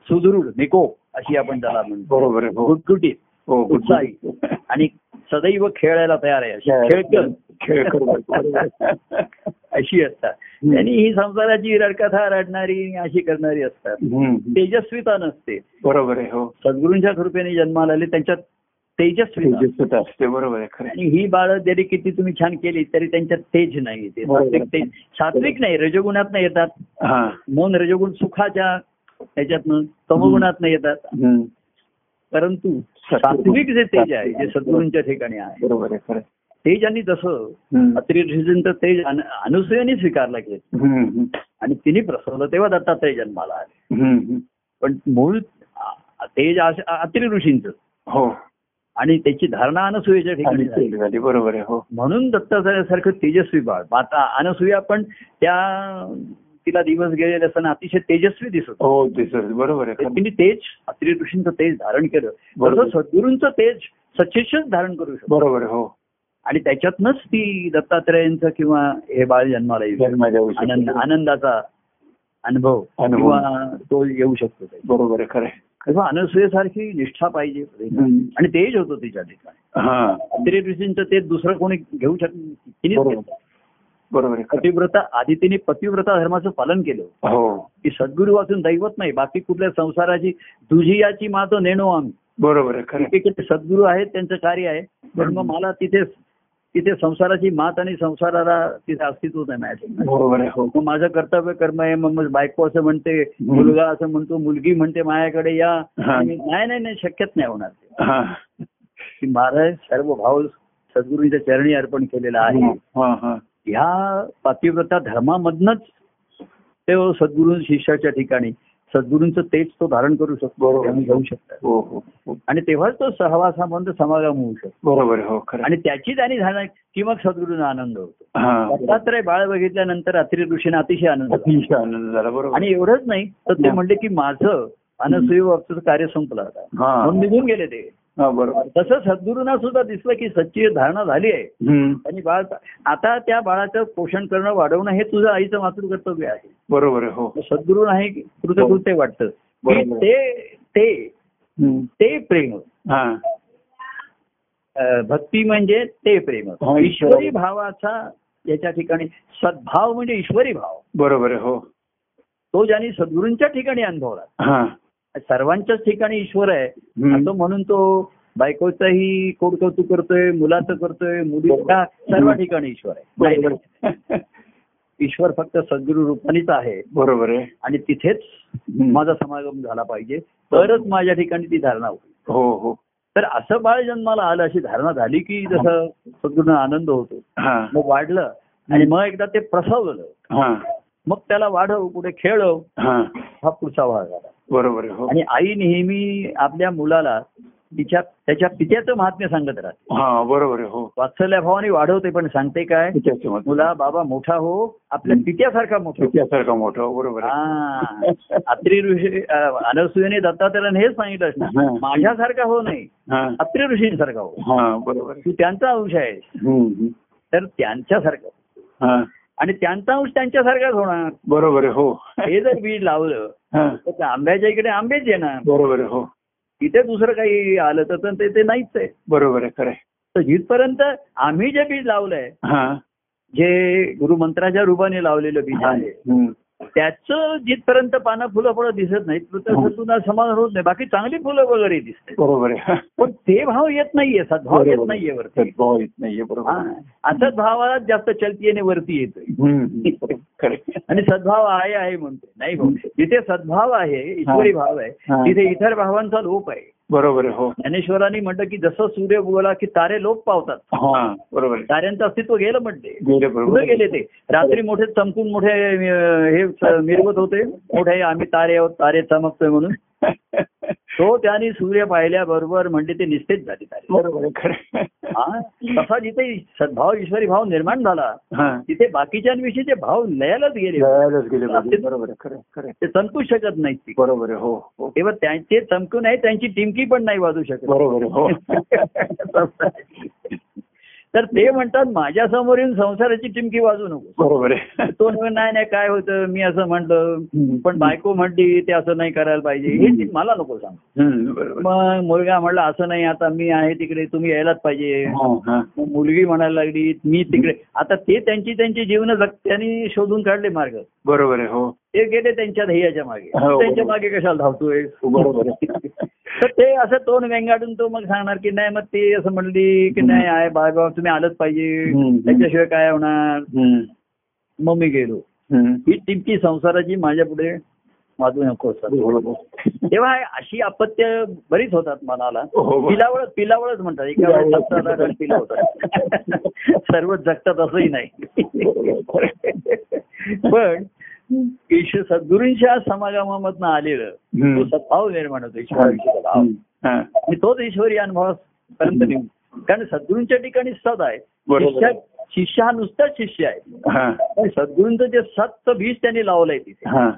B: सुदृढ निको अशी आपण त्याला म्हणतो
A: बरोबर आहे हो
B: गुटगुटीत
A: हो good.
B: उत्साही आणि सदैव खेळायला तयार आहे अशी खेळकन
A: खेळकर बरोबर आहे.
B: अशी असतात त्यांनी ही संसाराची रडकथा रडणारी अशी करणारी असतात
A: हम्म.
B: तेजस्वीता नसते
A: बरोबर आहे हो
B: सद्गुरूंच्या कृपेने जन्माला आले त्यांच्यात तेजस्वीता
A: तेजस्वीत असते बरोबर आहे खरं आहे.
B: आणि ही बाळं जरी किती तुम्ही छान केली तरी त्यांच्यात तेज नाही ते
A: बरोबर.
B: सात्विक तेज सात्विक नाही रजोगुणात नाही येतात
A: हा
B: मन रजोगुण सुखाच्या त्याच्यातनं तमगुणात नाही येतात
A: हम्म.
B: परंतु
A: सत्वगुण.
B: सात्विक जे तेज आहे जे सद्गुरूंच्या ठिकाणी आहे
A: बरोबर आहे खरं आहे.
B: तेज आणि जसं
A: हम्म.
B: अत्रिर्जिंत तेज अन- अनुसयाने स्वीकारला गेलं
A: हम्म, हम्म.
B: आणि तिने प्रसवलं तेव्हा दत्तात्रय जन्माला आले
A: हम्म, हम्म.
B: पण मूळ आ- तेज अत्रि ऋषींचं
A: हो
B: आणि त्याची धारणा अनुसुयाच्या ठिकाणी
A: आणि
B: झाली.
A: तेल झाली बरोबर आहे हो
B: म्हणून दत्तात्रयासारखं तेजस्वी बाळ माता अनसुया पण त्या तिला दिवस गेलेले असताना अतिशय तेजस्वी दिसत होती.
A: हो ते सर बरोबर आहे
B: तर
A: खरं.
B: तिने तेज अत्रि ऋषींचं तेज धारण केलं
A: बरोबर.
B: तसं सद्गुरूंचं तेज सचेशच धारण करू शकतो
A: बरोबर आहे, हो
B: आणि त्याच्यातनच ती दत्तात्रयांचं किंवा हे बाळ जन्माला येईल
A: जन्माच्या औषधी.
B: आनंद आनंदाचा अनुभव
A: अनुभव.
B: किंवा तो येऊ शकतो त्याच्यात.
A: बरोबर आहे खरं आहे.
B: तेव्हा अनसुयासारखी निष्ठा पाहिजे
A: हम्म.
B: आणि तेज होतं तिच्या ठिकाणी
A: हा
B: अतिरे ऋषींचं ते दुसरं कोणी घेऊ शकत
A: बरोबर.
B: तिने
A: बरोबर आहे खरं
B: पतिव्रता आधी तिने पतिव्रता धर्माचं पालन केलं
A: आहे. हो
B: की सद्गुरू वाचून दैवत नाही बाकी कुठल्या संसाराची तुझी याची मात नेणो आम्ही
A: बरोबर आहे खरं आहे.
B: एकीकडे सद्गुरू आहेत त्यांचं कार्य आहे पण मग मला तिथे तिथे संसाराची मात आणि संसाराला तिथे अस्तित्व नाही माझ्या
A: बरोबर आहे हो
B: मग माझं कर्तव्य कर्म आहे मग मग बायको असं म्हणते मुलगा असं म्हणतो मुलगी म्हणते माझ्याकडे या
A: हा.
B: आणि नाही नाही नाही शक्यच नाही होणार ते
A: हा
B: की महाराज सर्व भाव सद्गुरूंच्या चरणी अर्पण केलेला आहे
A: हा हा
B: ह्या पातिव्रता धर्मामधनच ते सद्गुरू शिष्याच्या ठिकाणी सद्गुरूंचं तेच तो धारण करू शकतो
A: बरोबर.
B: त्यामुळे जाऊ शकतात
A: हो हो हो.
B: आणि तेव्हाच तो सहवास हा म्हणतो समागम होऊ शकतो
A: बरोबर आहे, हो खरं आहे.
B: आणि त्याची त्याने झालं की मग सद्गुरूंना आनंद होतो
A: हा
B: दत्तात्रय बाळ बघितल्यानंतर रात्री ऋषीने अतिशय आनंद झाला.
A: अतिशय आनंद झाला बरोबर
B: आणि एवढंच नाही तर ते
A: हा.
B: म्हणले की माझं अनसुयवाचं कार्य संपलं आता
A: हा
B: म्हणून निघून गेले ते
A: हा बरोबर
B: तसं सद्गुरूंना सुद्धा दिसलं की सच्ची धारणा झाली आहे
A: हम्म,
B: आणि बाळ आता त्या बाळाचं पोषण करणं वाढवणं हे तुझं आईचं मातृ कर्तव्य आहे
A: बरोबर आहे हो
B: सद्गुरू नाही कृतकृत्य वाटतं की
A: बरोबर.
B: ते ते
A: हम्म,
B: ते प्रेम
A: हा
B: अं, भक्ती म्हणजे ते प्रेम
A: हा, हो, ईश्वर.
B: ईश्वरी भावाचा याच्या ठिकाणी सद्भाव म्हणजे ईश्वरी भाव
A: बरोबर आहे हो
B: तो ज्याने सद्गुरूंच्या ठिकाणी अनुभवला
A: हा
B: सर्वांच्याच ठिकाणी ईश्वर आहे
A: हम्म.
B: असं म्हणून तो बायकोचंही कोटकौतुक करतोय मुलाचं करतोय मुलीचा
A: बरोबर.
B: सर्व
A: हम्म.
B: ठिकाणी ईश्वर आहे
A: बरोबर
B: नाही, ईश्वर फक्त सद्गुरू रूपानेच आहे
A: बरोबर आहे
B: आणि तिथेच
A: हम्म.
B: माझा समागम झाला पाहिजे तरच माझ्या ठिकाणी ती धारणा होईल
A: हो हो
B: तर असं बाळ जन्माला आलं अशी धारणा झाली की जसं सद्गुरूंना आनंद होतो
A: हा
B: मग वाढलं आणि मग एकदा ते प्रसवलं
A: हा
B: मग त्याला वाढव कुठे खेळव
A: हा
B: हा पुढचा भाग आला
A: बरोबर आहे हो
B: आणि आई नेहमी आपल्या मुलाला तिच्या त्याच्या पित्याचं महात्म्य सांगत राहते
A: हा बरोबर आहे हो
B: वात्सल्या भावाने वाढवते पण सांगते काय
A: त्याच्यामध्ये
B: मुला बाबा मोठा हो आपल्या
A: हं.
B: पित्यासारखा मोठा हो.
A: त्यासारखा मोठा बरोबर आहे
B: हा. अत्रि ऋषी अं, अनसुयेने दत्तात्रयाने हेच सांगितलं
A: हा.
B: असणार माझ्यासारखा हो नाही
A: हा
B: अत्रि ऋषींसारखा हो
A: हा बरोबर आहे
B: तू त्यांचा अंश आहे
A: हम्म, हम्म.
B: तर त्यांच्यासारखं
A: हा
B: आणि त्यांचा अंश त्यांच्यासारखाच होणार
A: बरोबर आहे हो
B: हे जर बीज लावलं
A: हा
B: तर त्या आंब्याच्या इकडे आंबेच येणार
A: बरोबर आहे हो
B: तिथे दुसरं काही आलं तर ते- ते- ते नाहीच आहे
A: बरोबर आहे खरं आहे.
B: तर जिथपर्यंत आम्ही जे बीज लावलंय
A: हा
B: जे गुरुमंत्राच्या रूपाने लावलेलं बीज आहे
A: हम्म.
B: त्याचं जिथपर्यंत पानं फुलं फळं दिसत नाहीत तसं तुला समाधान होत नाही बाकी चांगली फुलं वगैरे दिसते
A: बरोबर आहे
B: पण ते भाव येत नाहीये सद्भाव येत नाहीये वरती
A: सद्भाव येत नाहीये बरोबर आहे.
B: असंच भावाला जास्त चलतीने वरती येतोय
A: हम्म. खरं आहे.
B: आणि सद्भाव आहे आहे म्हणते नाही भाऊ जिथे सद्भाव आहे ईश्वरी भाव आहे
A: हा.
B: तिथे इतर भावांचा लोप आहे
A: बरोबर आहे हो
B: ज्ञानेश्वरांनी म्हटलं की जसं सूर्य उगवला की तारे लोप पावतात
A: हा बरोबर आहे.
B: ताऱ्यांचं अस्तित्व गेलं म्हणते
A: गेले
B: कुठे
A: बरोबर
B: गेले ते रात्री मोठे चमकून मोठे अं, हे स- मिरवत होते मोठे आम्ही तारे आहोत तारे चमकतोय म्हणून तो त्यांनी सूर्य पाहिल्याबरोबर म्हणजे ते निस्तेज झाले तारे
A: बरोबर आहे खरं आहे.
B: हा? तसा जिथे सद्भाव ईश्वरी भाव निर्माण झाला
A: हा
B: तिथे बाकीच्यांविषयी ते भाव लयालाच गेले
A: लयालाच गेले बरोबर बरोबर आहे खरं आहे, खरं आहे.
B: ते चमकू शकत नाहीत ती
A: बरोबर आहे हो हो
B: तेव्हा त्यांचे चमकू नाही त्यांची टिमकी पण नाही वाजू शकत
A: बरोबर आहे हो
B: तर ते म्हणतात माझ्या समोर येऊन संसाराची टिमकी वाजू नको
A: बरोबर आहे
B: तो म्हणतो, नाही नाही काय होतं मी असं म्हटलं
A: हम्म.
B: पण बायको म्हटली ते असं नाही करायला पाहिजे हे ती मला नको सांग
A: हम्म, बरोबर
B: मग मुलगा म्हटला असं नाही आता मी आहे तिकडे तुम्ही यायलाच पाहिजे
A: हा, हा.
B: मग मुलगी म्हणायला लागली मी तिकडे आता ते त्यांची त्यांची जीवन त्यांनी शोधून काढले मार्ग
A: बरोबर आहे हो
B: ते गेले त्यांच्या ध्येयाच्या मागे
A: हो, बरोबर. हो,
B: त्यांच्या मागे कशाला धावतोय
A: बरोबर आहे
B: तर ते असं तोंड वेंगाडून तो मग सांगणार की नाही मग ती असं म्हणली की नाही आहे बाय बाबा तुम्ही आलंच
A: हम्म,
B: पाहिजे
A: हम्म.
B: त्याच्याशिवाय काय होणार
A: हम्म,
B: मग मी गेलो
A: हम्म.
B: ही टिपकी संसाराची माझ्या पुढे वाजू नको सर
A: बरोबर
B: तेव्हा अशी अपत्य बरीच होतात मनाला
A: हो, हो.
B: पिलावळच पिलावळच म्हणतात एका वेळेस जगतात आणि पिलावतात सर्वच जगतात असंही नाही
A: बरोबर आहे.
B: पण ईश्वर सद्गुरूंच्या समागमामधनं आलेलं तो
A: हम्म.
B: सद्भाव निर्माण होतो ईश्वराविषयीचा भाव
A: हो, हम्म. हा.
B: आणि तोच ईश्वरी अनुभवापर्यंत नेऊन कारण सद्गुरूंच्या ठिकाणी सद आहे
A: बरोबर.
B: शिष्या- शिष्य हा नुसताच शिष्य आहे
A: हा.
B: पण सद्गुरूंचं जे सत्य बीज त्यांनी लावलंय तिथे
A: हा.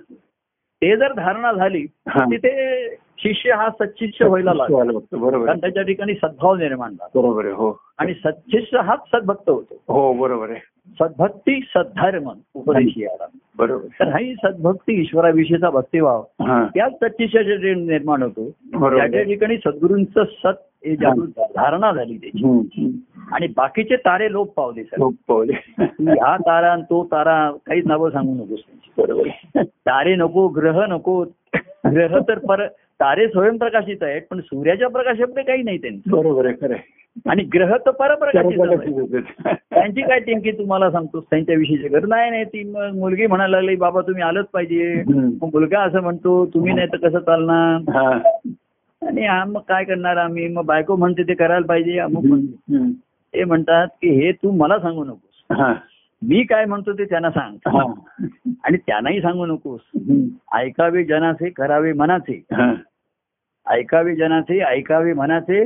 B: ते जर धारणा झाली
A: हा.
B: तिथे शिष्य हा सच्शिष्य व्हायला लागला
A: शिवाला बघतो. बरोबर
B: कारण
A: आहे.
B: त्याच्या ठिकाणी सद्भाव निर्माण झाला
A: बरोबर आहे हो
B: आणि सच्शिष्य हाच सद्भक्त होतो
A: हो बरोबर आहे
B: सद्भक्ती सद्धर्म उपदेशी याला
A: बरोबर
B: तर
A: आहे.
B: हा ही सद्भक्ती ईश्वराविषयीचा भक्तिभाव
A: हा.
B: त्याच सच्चिष्य निर्माण होतो
A: बरोबर
B: त्याच्या
A: आहे.
B: ठिकाणी सद्गुरूंचं सत हे जागृत झालं. धारणा झाली त्याची
A: हम्म. हम्म.
B: आणि बाकीचे तारे लोप पावले सर
A: खूप हो, पावले
B: हा तारा आणि तो तारा काहीच नावं सांगू नकोस त्यांची.
A: बरोबर आहे.
B: तारे नको ग्रह नको ग्रह तर पर तारे स्वयंप्रकाशित आहेत पण सूर्याच्या प्रकाशामध्ये काही नाही त्यांचं
A: बरोबर आहे खरं आहे.
B: आणि ग्रह तर परप्रकाशित
A: त्याला
B: आहेत.
A: लक्षात येतं.
B: त्यांची काय टिमकी तुम्हाला सांगतोस त्यांच्याविषयीची गरज नाही नाही ती मग मुलगी म्हणायला लागली बाबा तुम्ही आलंच पाहिजे
A: हम्म.
B: मग मुलगा असं म्हणतो तुम्ही नाही तर कसं चालणार
A: हा.
B: आणि हा मग काय करणार आम्ही मग बायको म्हणते ते करायला पाहिजे अमुक म्हणते.
A: हम्म.
B: ते म्हणतात की हे तू मला सांगू नकोस
A: हा.
B: मी काय म्हणतो ते त्यांना सांग
A: हा.
B: आणि त्यांनाही सांगू नकोस
A: हम्म.
B: ऐकावे जनाचे करावे मनाचे
A: हा.
B: ऐकावे जनाचे ऐकावे मनाचे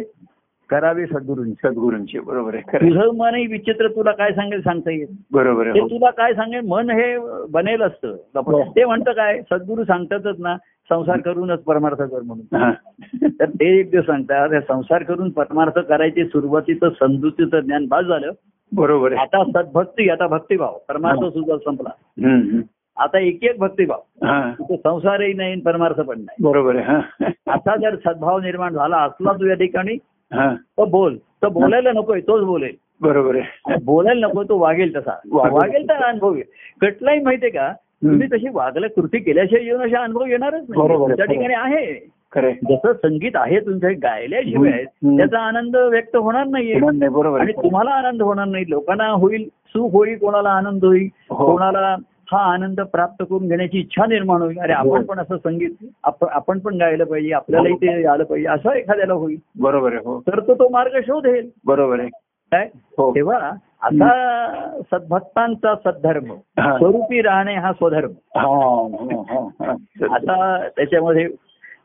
B: करावे सद्गुरूंचे
A: सद्गुरूंचे बरोबर आहे खरं आहे.
B: तुझं मनही विचित्र तुला काय सांगेल सांगता येईल
A: बरोबर
B: ते
A: आहे हो.
B: तुला काय सांगेल मन हे बनेल असतं
A: हो.
B: ते म्हणतं काय सद्गुरू सांगतातच ना संसार करूनच परमार्थ कर म्हणून
A: हा.
B: तर ते एक दिवस सांगतात अरे संसार करून परमार्थ करायची सुरुवातीचं समजुतीचं ज्ञान बाद झालं
A: बरोबर आहे
B: आता सद्भक्ती आता भक्तिभाव परमार्थ
A: हो.
B: सुद्धा संपला
A: हम्म, हम्म.
B: आता एक एक भक्तिभाव
A: हा.
B: तिथे संसारही नाही आणि परमार्थ पण नाही
A: बरोबर आहे हा.
B: आता जर सद्भाव निर्माण झाला असला तू या ठिकाणी
A: हा.
B: तर बोल तर बोलायला नकोय तोच बोलेल
A: बरोबर आहे
B: आणि बोलायला नको तो वागेल तसा
A: वागेल.
B: वागेल तर अनुभव येईल कटलाही माहितीये का तुम्ही तशी वागल्या कृती केल्याशिवाय येऊन अशा अनुभव येणारच
A: बरोबर आहे,
B: नाही त्या
A: बरोबर.
B: ठिकाणी आहे
A: खरं आहे.
B: जसं संगीत आहे तुमच्या गायल्याशिवाय
A: हम्म, हम्म.
B: त्याचा आनंद व्यक्त होणार नाहीये
A: म्हणून नाही बरोबर
B: आणि
A: आहे
B: तुम्हाला आनंद होणार नाही लोकांना होईल सुख होईल कोणाला आनंद होईल
A: हो.
B: कोणाला हा आनंद प्राप्त करून घेण्याची इच्छा निर्माण होईल अरे
A: हो.
B: आपण पण असं संगीत आप- आपण पण गायला पाहिजे आपल्यालाही ते आलं पाहिजे असं एखाद्याला होईल
A: बरोबर आहे हो
B: तर तो तो मार्ग शोधेल
A: बरोबर आहे
B: काय
A: हो
B: तेव्हा असा सद्भक्तांचा सद्धर्म
A: हा.
B: स्वरूपी राहणे हा स्वधर्म
A: हा, हा, हा, हा.
B: आता त्याच्यामध्ये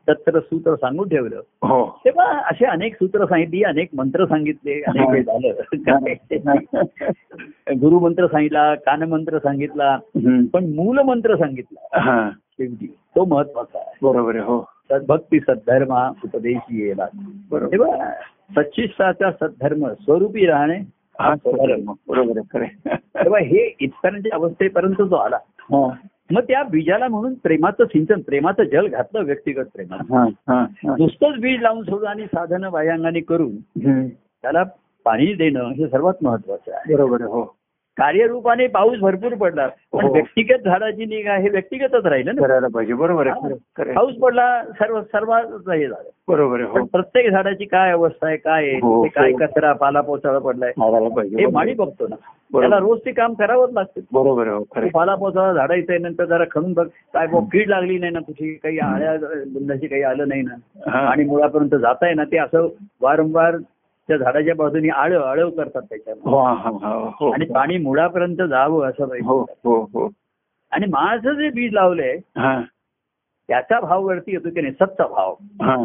B: तत्र सूत्र सांगून ठेवलं
A: हो
B: तेव्हा असे अनेक सूत्र सांगितली अनेक मंत्र सांगितले अनेक हे झालं गुरुमंत्र सांगितला कानमंत्र सांगितला
A: हम्म.
B: पण मूल मंत्र सांगितला
A: हा,
B: शेवटी तो महत्वाचा आहे
A: बरोबर आहे हो
B: सद्भक्ती सद्धर्म हा उपदेश येला
A: बरोबर
B: तेव्हा सच्चिष्टाचा सद्धर्म स्वरूपी राहणे
A: हा
B: हा स्वधर्म
A: बरोबर आहे खरे
B: तेव्हा हे इतरांच्या अवस्थेपर्यंत जो आला
A: हा
B: मग त्या बीजाला म्हणून प्रेमाचं सिंचन प्रेमाचं जल घातलं व्यक्तिगत प्रेमाचं
A: हा हा हा.
B: नुसतंच बीज लावून सोडून आणि साधनं बाह्यांगाने करून
A: हम्म.
B: त्याला पाणी देणं हे सर्वात महत्वाचं आहे
A: बरोबर आहे हो
B: कार्यरूपाने पाऊस भरपूर पडला पण
A: हो.
B: व्यक्तिगत झाडाची निगा हे व्यक्तिगतच राहिलं ना
A: करायला पाहिजे बरोबर आहे खरं- खरं आहे.
B: पाऊस पडला सर्व सर्वांचं हे झालं
A: बरोबर आहे
B: पण
A: हो
B: प्रत्येक झाडाची काय अवस्था आहे काय आहे
A: हो,
B: तिथे काय
A: हो.
B: कचरा पाला पोचाळा पडलाय
A: मारायला पाहिजे
B: हे
A: बरोबर.
B: माळी बघतो ना त्याला रोज ते काम करावंच लागतं
A: बरोबर आहे हो खरे
B: पाला पोचाळा झाडायचं आहे नंतर जरा खणून बघ काय बुवा कीड लागली नाही ना कुठे काही आळ्या बुंदाची काही आलं नाही ना आणि मुळापर्यंत जात आहे ना ते असं वारंवार त्या झाडाच्या बाजूने आळव आळव करतात त्याच्यामध्ये
A: हो हा, हा, हो
B: आणि पाणी मुळापर्यंत जावं असं
A: हो
B: पाहिजे
A: हो हो
B: आणि माझं जे बीज लावलंय
A: हा
B: त्याचा भाव वरती येतो की नाही सच्चा भाव
A: हा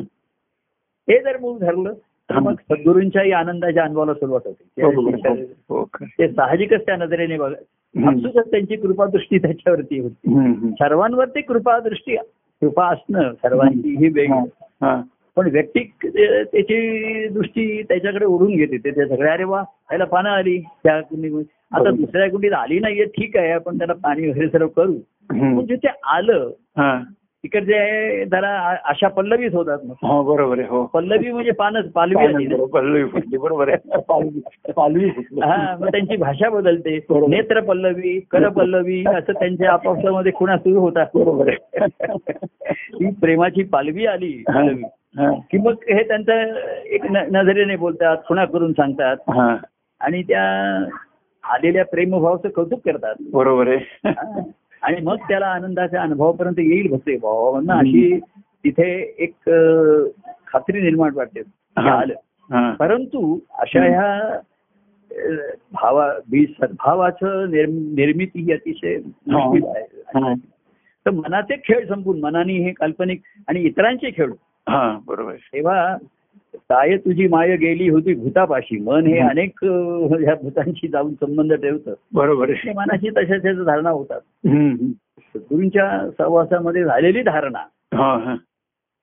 B: ते जर मूळ धरलं तर मग सद्गुरूंच्याही आनंदाच्या अनुभवाला सुरुवात
A: बरोबर आहे.
B: होते
A: हो हो, खरं.
B: ते साहजिकच त्या नजरेने बघ
A: हम्म.
B: अचूकच त्यांची कृपादृष्टी त्याच्यावरती होती
A: हम्म, हम्म.
B: सर्वांवरती कृपादृष्टी कृपा असणं सर्वांची ही
A: हो.
B: वेगळी
A: हा,
B: पण व्यक्ती त्याची दृष्टी त्याच्याकडे ओढून घेते ते- ते सगळे अरे वा त्याला पानं आली त्या कुंडीमध्ये आता
A: बरोबर.
B: दुसऱ्या कुंडीत आली नाहीये ठीक आहे आपण त्याला पाणी वगैरे सर्व करू
A: हम्म.
B: पण जिथे आलं
A: हा.
B: तिकडचे जरा आ- अशा पल्लवीच होतात मग
A: हो बरोबर आहे हो
B: पल्लवी म्हणजे पानच पालवी आली ना.
A: पालवी पल्लवी फुटली बरोबर आहे पालवी- पालवी फुटली.
B: हा मग त्यांची भाषा बदलते
A: बरोबर.
B: नेत्र पल्लवी कर पल्लवी असं त्यांच्या आपापसामध्ये खुणा सुरू होतात
A: बरोबर आहे
B: ही प्रेमाची पालवी आली
A: हा,
B: पल्लवी.
A: हा,
B: की मग हे त्यांचं एक न- नजरेने बोलतात खुणा करून सांगतात
A: हा.
B: आणि त्या आलेल्या प्रेमभावाचं कौतुक करतात
A: बरोबर आहे
B: हा. आणि मग त्याला आनंदाच्या अनुभवापर्यंत येईल भक्ती भावांना अशी तिथे एक अ, खात्री निर्माण वाटते की
A: हा.
B: आलं
A: हा.
B: परंतु अशा
A: हम्म.
B: ह्या अ, भावा बी सद्भावाचं निर्म- निर्मिती ही अतिशय मुश्किल आहे
A: हा.
B: तर मनाचे खेळ संपून मनाने हे काल्पनिक आणि इतरांचे खेळ
A: हा बरोबर आहे.
B: तेव्हा ताय तुझी माय गेली होती भूतापाशी मन हे
A: हं.
B: अनेक अ, ह्या भूतांशी जाऊन संबंध ठेवतं
A: बरोबर आहे
B: ते मनाशी तशा त्याच्या धारणा होतात
A: हम्म, हम्म.
B: गुरूंच्या सहवासामध्ये झालेली धारणा
A: हा हा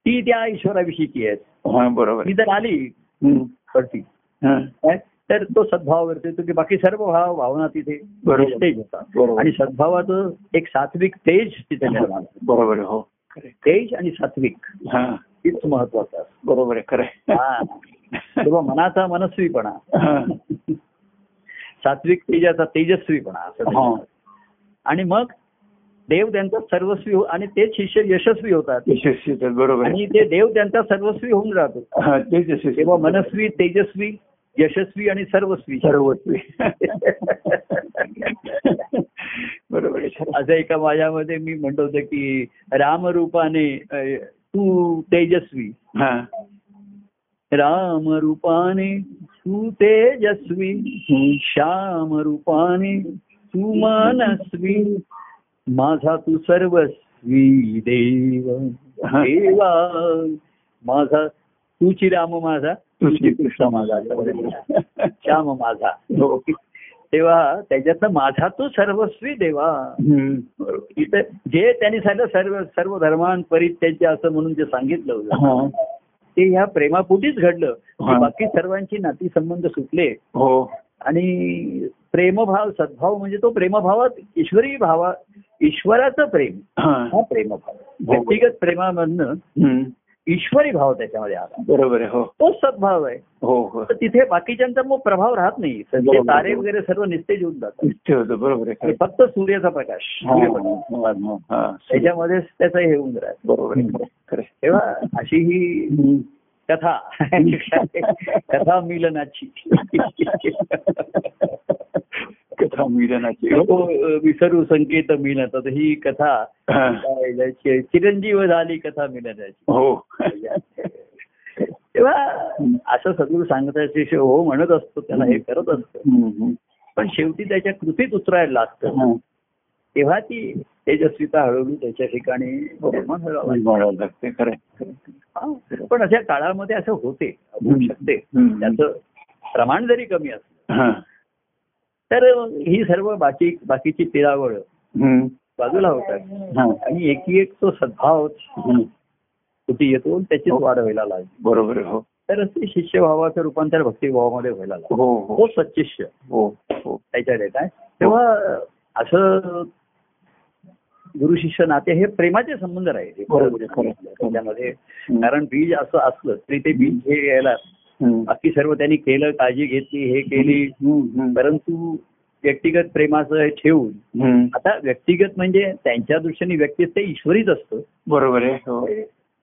B: ती त्या ईश्वराविषयीची आहे
A: हा बरोबर
B: ती
A: आहे.
B: जर आली
A: हम्म.
B: वरती
A: हा.
B: काय? तर तो सद्भाव वरती येतो की बाकी सर्व भाव भावना तिथे
A: बरोबर.
B: तेज होतात
A: बरोबर.
B: आणि सद्भावाचं एक सात्विक तेज तिथे निर्माण होतं.
A: बरोबर आहे हो खरं आहे.
B: तेज आणि सात्विक
A: हा
B: हेच महत्वाचं असतं
A: बरोबर आहे खरं आहे.
B: हा. तेव्हा मनाचा मनस्वीपणा
A: हा.
B: सात्विक तेजाचा तेजस्वीपणा असं
A: हा.
B: त्याच्यात. आणि मग देव त्यांचा सर्वस्वी हो- आणि ते शिष्य यशस्वी होतात
A: यशस्वी तर बरोबर आहे.
B: आणि ते देव त्यांचा सर्वस्वी होऊन राहतो
A: हा, तेच यशस्वी
B: तेव्हा मनस्वी तेजस्वी यशस्वी आणि सर्वस्वी
A: सर्वस्वी बरोबर आहे खरं आहे.
B: असं एका माझ्यामध्ये मी म्हणत होते की रामरूपाने अ, तू तेजस्वी
A: हा
B: रामरूपाने तू तेजस्वी श्याम रूपाने तू मनस्वी माझा तू सर्वस्वी देव देवा माझा तूची राम माझा तुझी कृष्ण माझा श्याम माझा
A: हो
B: तेव्हा त्याच्यातनं माझा तू सर्वस्वी देवा
A: हम्म. बरोबर
B: इथे जे त्यांनी सांगितलं सर्व सर्व धर्मांपरित्याचे असं म्हणून जे सांगितलं होतं
A: हा.
B: ते ह्या प्रेमापोटीच घडलं
A: हा.
B: की बाकी सर्वांची नाती संबंध सुटले
A: हो
B: आणि प्रेमभाव सद्भाव म्हणजे तो प्रेमभावात ईश्वरी भावा ईश्वराचं प्रेम
A: हा.
B: हा प्रेमभाव
A: हो.
B: व्यक्तिगत प्रेमामधनं
A: हम्म.
B: ईश्वरी भाव त्याच्यामध्ये आला
A: बरोबर आहे हो
B: तोच सद्भाव आहे
A: हो हो
B: तर तिथे बाकीच्यांचा मग प्रभाव राहत नाही सगळे
A: बरोबर.
B: तारे वगैरे सर्व निस्तेज होऊन जातात
A: निश्चय होतं बरोबर
B: आणि
A: आहे
B: फक्त सूर्याचा प्रकाश
A: हा,
B: सूर्यप्रकाश.
A: हा, हा, हा.
B: त्याच्यामध्येच त्याचं हे होऊन राहत
A: बरोबर आहे खरं आहे, खरं आहे.
B: तेव्हा अशी ही
A: हम्म.
B: कथा कथा मिलनाची
A: कथा मिलनाची हो.
B: तो विसरू संकेत मिलत आता ही कथा
A: हा.
B: काय, चि- चिरंजीव झाली कथा मिलनाची
A: हो
B: तेव्हा असं सद्गुरू सांगताचे शेव हो म्हणत असतो त्याला हे करत असतो
A: हम्म,
B: पण शेवटी त्याच्या कृतीत उतरायला लागतं
A: हम्म.
B: तेव्हा ती तेजस्विता हळूहळू त्याच्या ठिकाणी निर्माण व्हायला लागली.
A: वाढावं लागते खरं आहे, खरं आहे.
B: हा. पण अशा काळामध्ये असं होते होऊ शकते
A: हम्म.
B: त्याचं प्रमाण जरी कमी असलं
A: हा.
B: तर ही सर्व बाकी बाकीची पिरावळ
A: हम्म.
B: बाजूला होतात
A: हा.
B: आणि एकी एक तो सद्भाव
A: हम्म.
B: कुठे येतो आणि त्याचीच वाढ व्हायला लागली
A: बरोबर आहे, हो
B: तर ते शिष्यभावाचं रूपांतर भक्तिभावामध्ये व्हायला लागलं
A: हो
B: तो
A: हो
B: सच्चिष्य
A: हो हो
B: त्याच्याकडे काय तेव्हा असं गुरु शिष्य नाते हे प्रेमाचे संबंध राहिले
A: बरोबर आहे, खरं आहे.
B: त्याच्यामध्ये कारण बीज असं असलं तरी ते बीज हे यायला
A: हम्म.
B: बाकी सर्व त्यांनी केलं काळजी घेतली हे केली
A: हम्म, हम्म.
B: परंतु व्यक्तिगत प्रेमाचं हे ठेवून
A: हम्म.
B: आता व्यक्तिगत म्हणजे त्यांच्या दृष्टीने व्यक्ती ते ईश्वरीच असतं
A: बरोबर आहे हो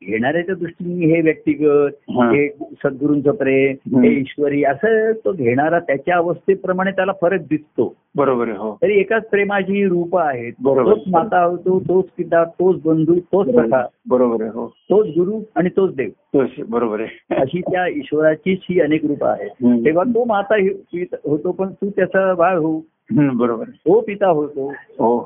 B: घेणाऱ्याच्या दृष्टीने हे व्यक्तिगत
A: हा.
B: हे सद्गुरूंचं प्रेम
A: हम्म.
B: हे ईश्वरी असं तो घेणारा त्याच्या अवस्थेप्रमाणे त्याला फरक दिसतो
A: बरोबर आहे हो
B: तरी एकाच प्रेमाची रूप आहेत
A: बरोबर.
B: तोच माता होतो तोच पिता तोच बंधू तोच
A: बरोबर
B: सखा
A: आहे, बरोबर आहे हो
B: तोच गुरु आणि तोच देव
A: तोच बरोबर आहे
B: अशी त्या ईश्वराचीच ही अनेक रूप आहेत
A: हम्म.
B: तेव्हा तो माता हि- पित- होतो पण तू त्याचा बाळ हो
A: हम्म, बरोबर आहे.
B: तो पिता होतो
A: हो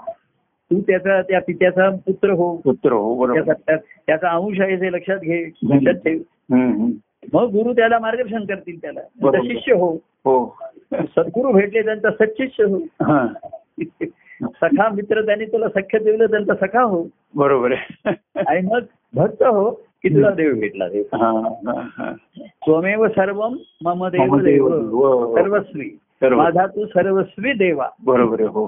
B: तू त्याचा त्या पित्याचा पुत्र हो
A: पुत्र हो बरोबर
B: त्याचा त्या- त्याचा अंश आहे हे लक्षात घे लक्षात ठेव
A: हम्म, हम्म.
B: मग गुरु त्याला मार्गदर्शन करतील त्याला
A: बरोबर.
B: त्याचा शिष्य हो
A: हो
B: सद्गुरु भेटले त्यांचा सच्शिष्य हो
A: हा
B: सखा मित्र त्यांनी तुला सख्य देवलं त्यांचा सखा हो
A: बरोबर आहे
B: आणि मग भक्त हो की तुला देव भेटला देव
A: हा, हा, हा.
B: स्वमेव सर्व मम देव
A: मम देव
B: देव
A: देव.
B: सर्वस्वी
A: सर्व.
B: माझा तू सर्वस्वी देवा
A: बरोबर आहे हो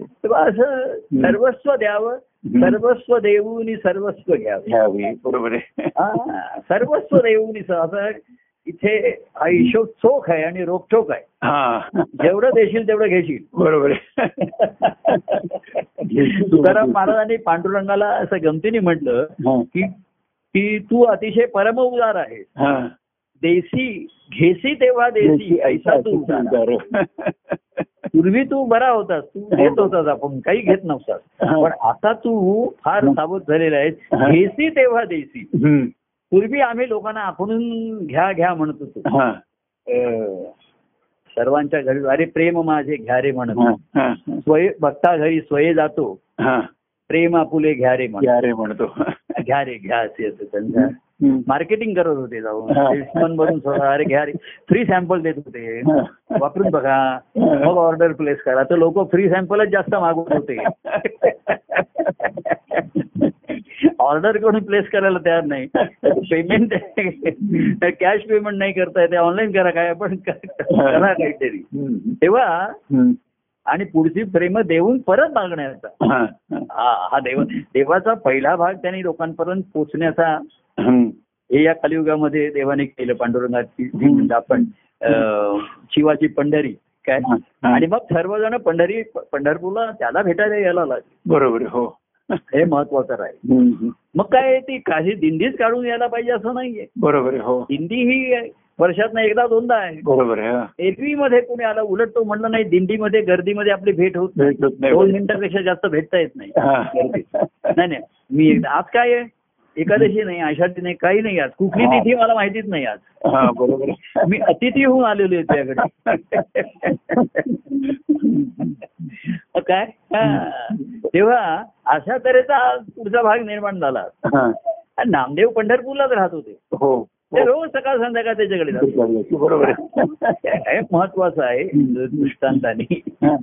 B: तेव्हा असं सर्वस्व द्यावं
A: हम्म.
B: सर्वस्व देऊनी सर्वस्व घ्यावं
A: घ्यावी बरोबर आहे
B: हा, सर्वस्व देऊनी स- असं इथे हा हिशोब चोख आहे आणि रोखोक आहे
A: हा
B: जेवढं देशील तेवढं घेशील
A: बरोबर आहे
B: तुकाराम महाराजांनी पांडुरंगाला असं गमतीने म्हटलं
A: हा,
B: की की तू अतिशय परम उदार आहेस
A: हा.
B: देसी घेसी तेव्हा देसी ऐसा तू उदार आहे. पूर्वी तू बरा होतास तू घेत होतास आपण काही घेत नव्हतास
A: हा.
B: पण आता तू फार सावध झालेला आहेस
A: हा.
B: घेसी तेव्हा देसी
A: हम्म.
B: पूर्वी आम्ही लोकांना आपण घ्या घ्या म्हणत होतो
A: हा,
B: अं, सर्वांच्या घरी अरे प्रेम माझे घ्या रे म्हणत
A: हा, हा,
B: स्वय भक्ता घरी स्वये जातो
A: हा.
B: प्रेम आपुले घ्या रे म्हणत
A: या रे म्हणतो
B: घ्या रे घ्या असे असं त्यांचं
A: हम्म.
B: मार्केटिंग करत होते जाऊन
A: हा.
B: सेल्समन बनून स्वतः अरे घ्या रे फ्री सॅम्पल देत होते
A: हा.
B: वापरून बघा मग ऑर्डर प्लेस करा तर लोक फ्री सॅम्पलच जास्त मागवत होते ऑर्डर करून प्लेस करायला तयार नाही पेमेंट कॅश पेमेंट नाही करता येते ऑनलाईन करा काय पण करा काहीतरी
A: हम्म.
B: तेव्हा
A: हम्म.
B: आणि पुढची प्रेम देऊन परत मागण्याचा
A: हा, हा.
B: हा हा देव देवाचा पहिला भाग त्यांनी लोकांपर्यंत पोचण्याचा
A: हम्म.
B: हे या कलियुगामध्ये देवाने केलं पांडुरंगाची जी म्हणजे आपण अं, शिवाची पंढरी काय
A: हा, हा.
B: आणि मग सर्वजण पंढरी पंढरपूरला त्याला भेटायला यायला लागले
A: बरोबर आहे, हो
B: हे महत्वाचं राहील
A: हम्म, हम्म.
B: मग काय ती काही दिंडीच काढून यायला पाहिजे असं नाहीये
A: बरोबर आहे, हो
B: दिंडी ही वर्षात एकदा दोनदा आहे
A: बरोबर आहे हा.
B: एरवी मध्ये कोणी आला उलट तो म्हणलं नाही दिंडीमध्ये गर्दीमध्ये आपली भेट होत नाही
A: भेट होत नाही
B: दोन मिनिटापेक्षा जास्त भेटता येत नाही
A: हा.
B: गर्दीत. नाही नाही मी एकदा आज काय आहे एकादशी नाही आषाढी नाही काही नाही आज कुठली
A: हा.
B: तिथी मला माहितीच नाही आज
A: हा बरोबर आहे.
B: मी अतिथी होऊन आलेलो आहे तुझ्याकडे मग काय हा. तेव्हा अशा तऱ्हेचा आज पुढचा भाग निर्माण झाला
A: हा.
B: आणि नामदेव पंढरपूरलाच राहत होते
A: हो
B: ते रोज सकाळ संध्याकाळ त्याच्याकडे जात होते.
A: बरोबर आहे
B: हे महत्वाचं आहे दृष्टांताने
A: हा.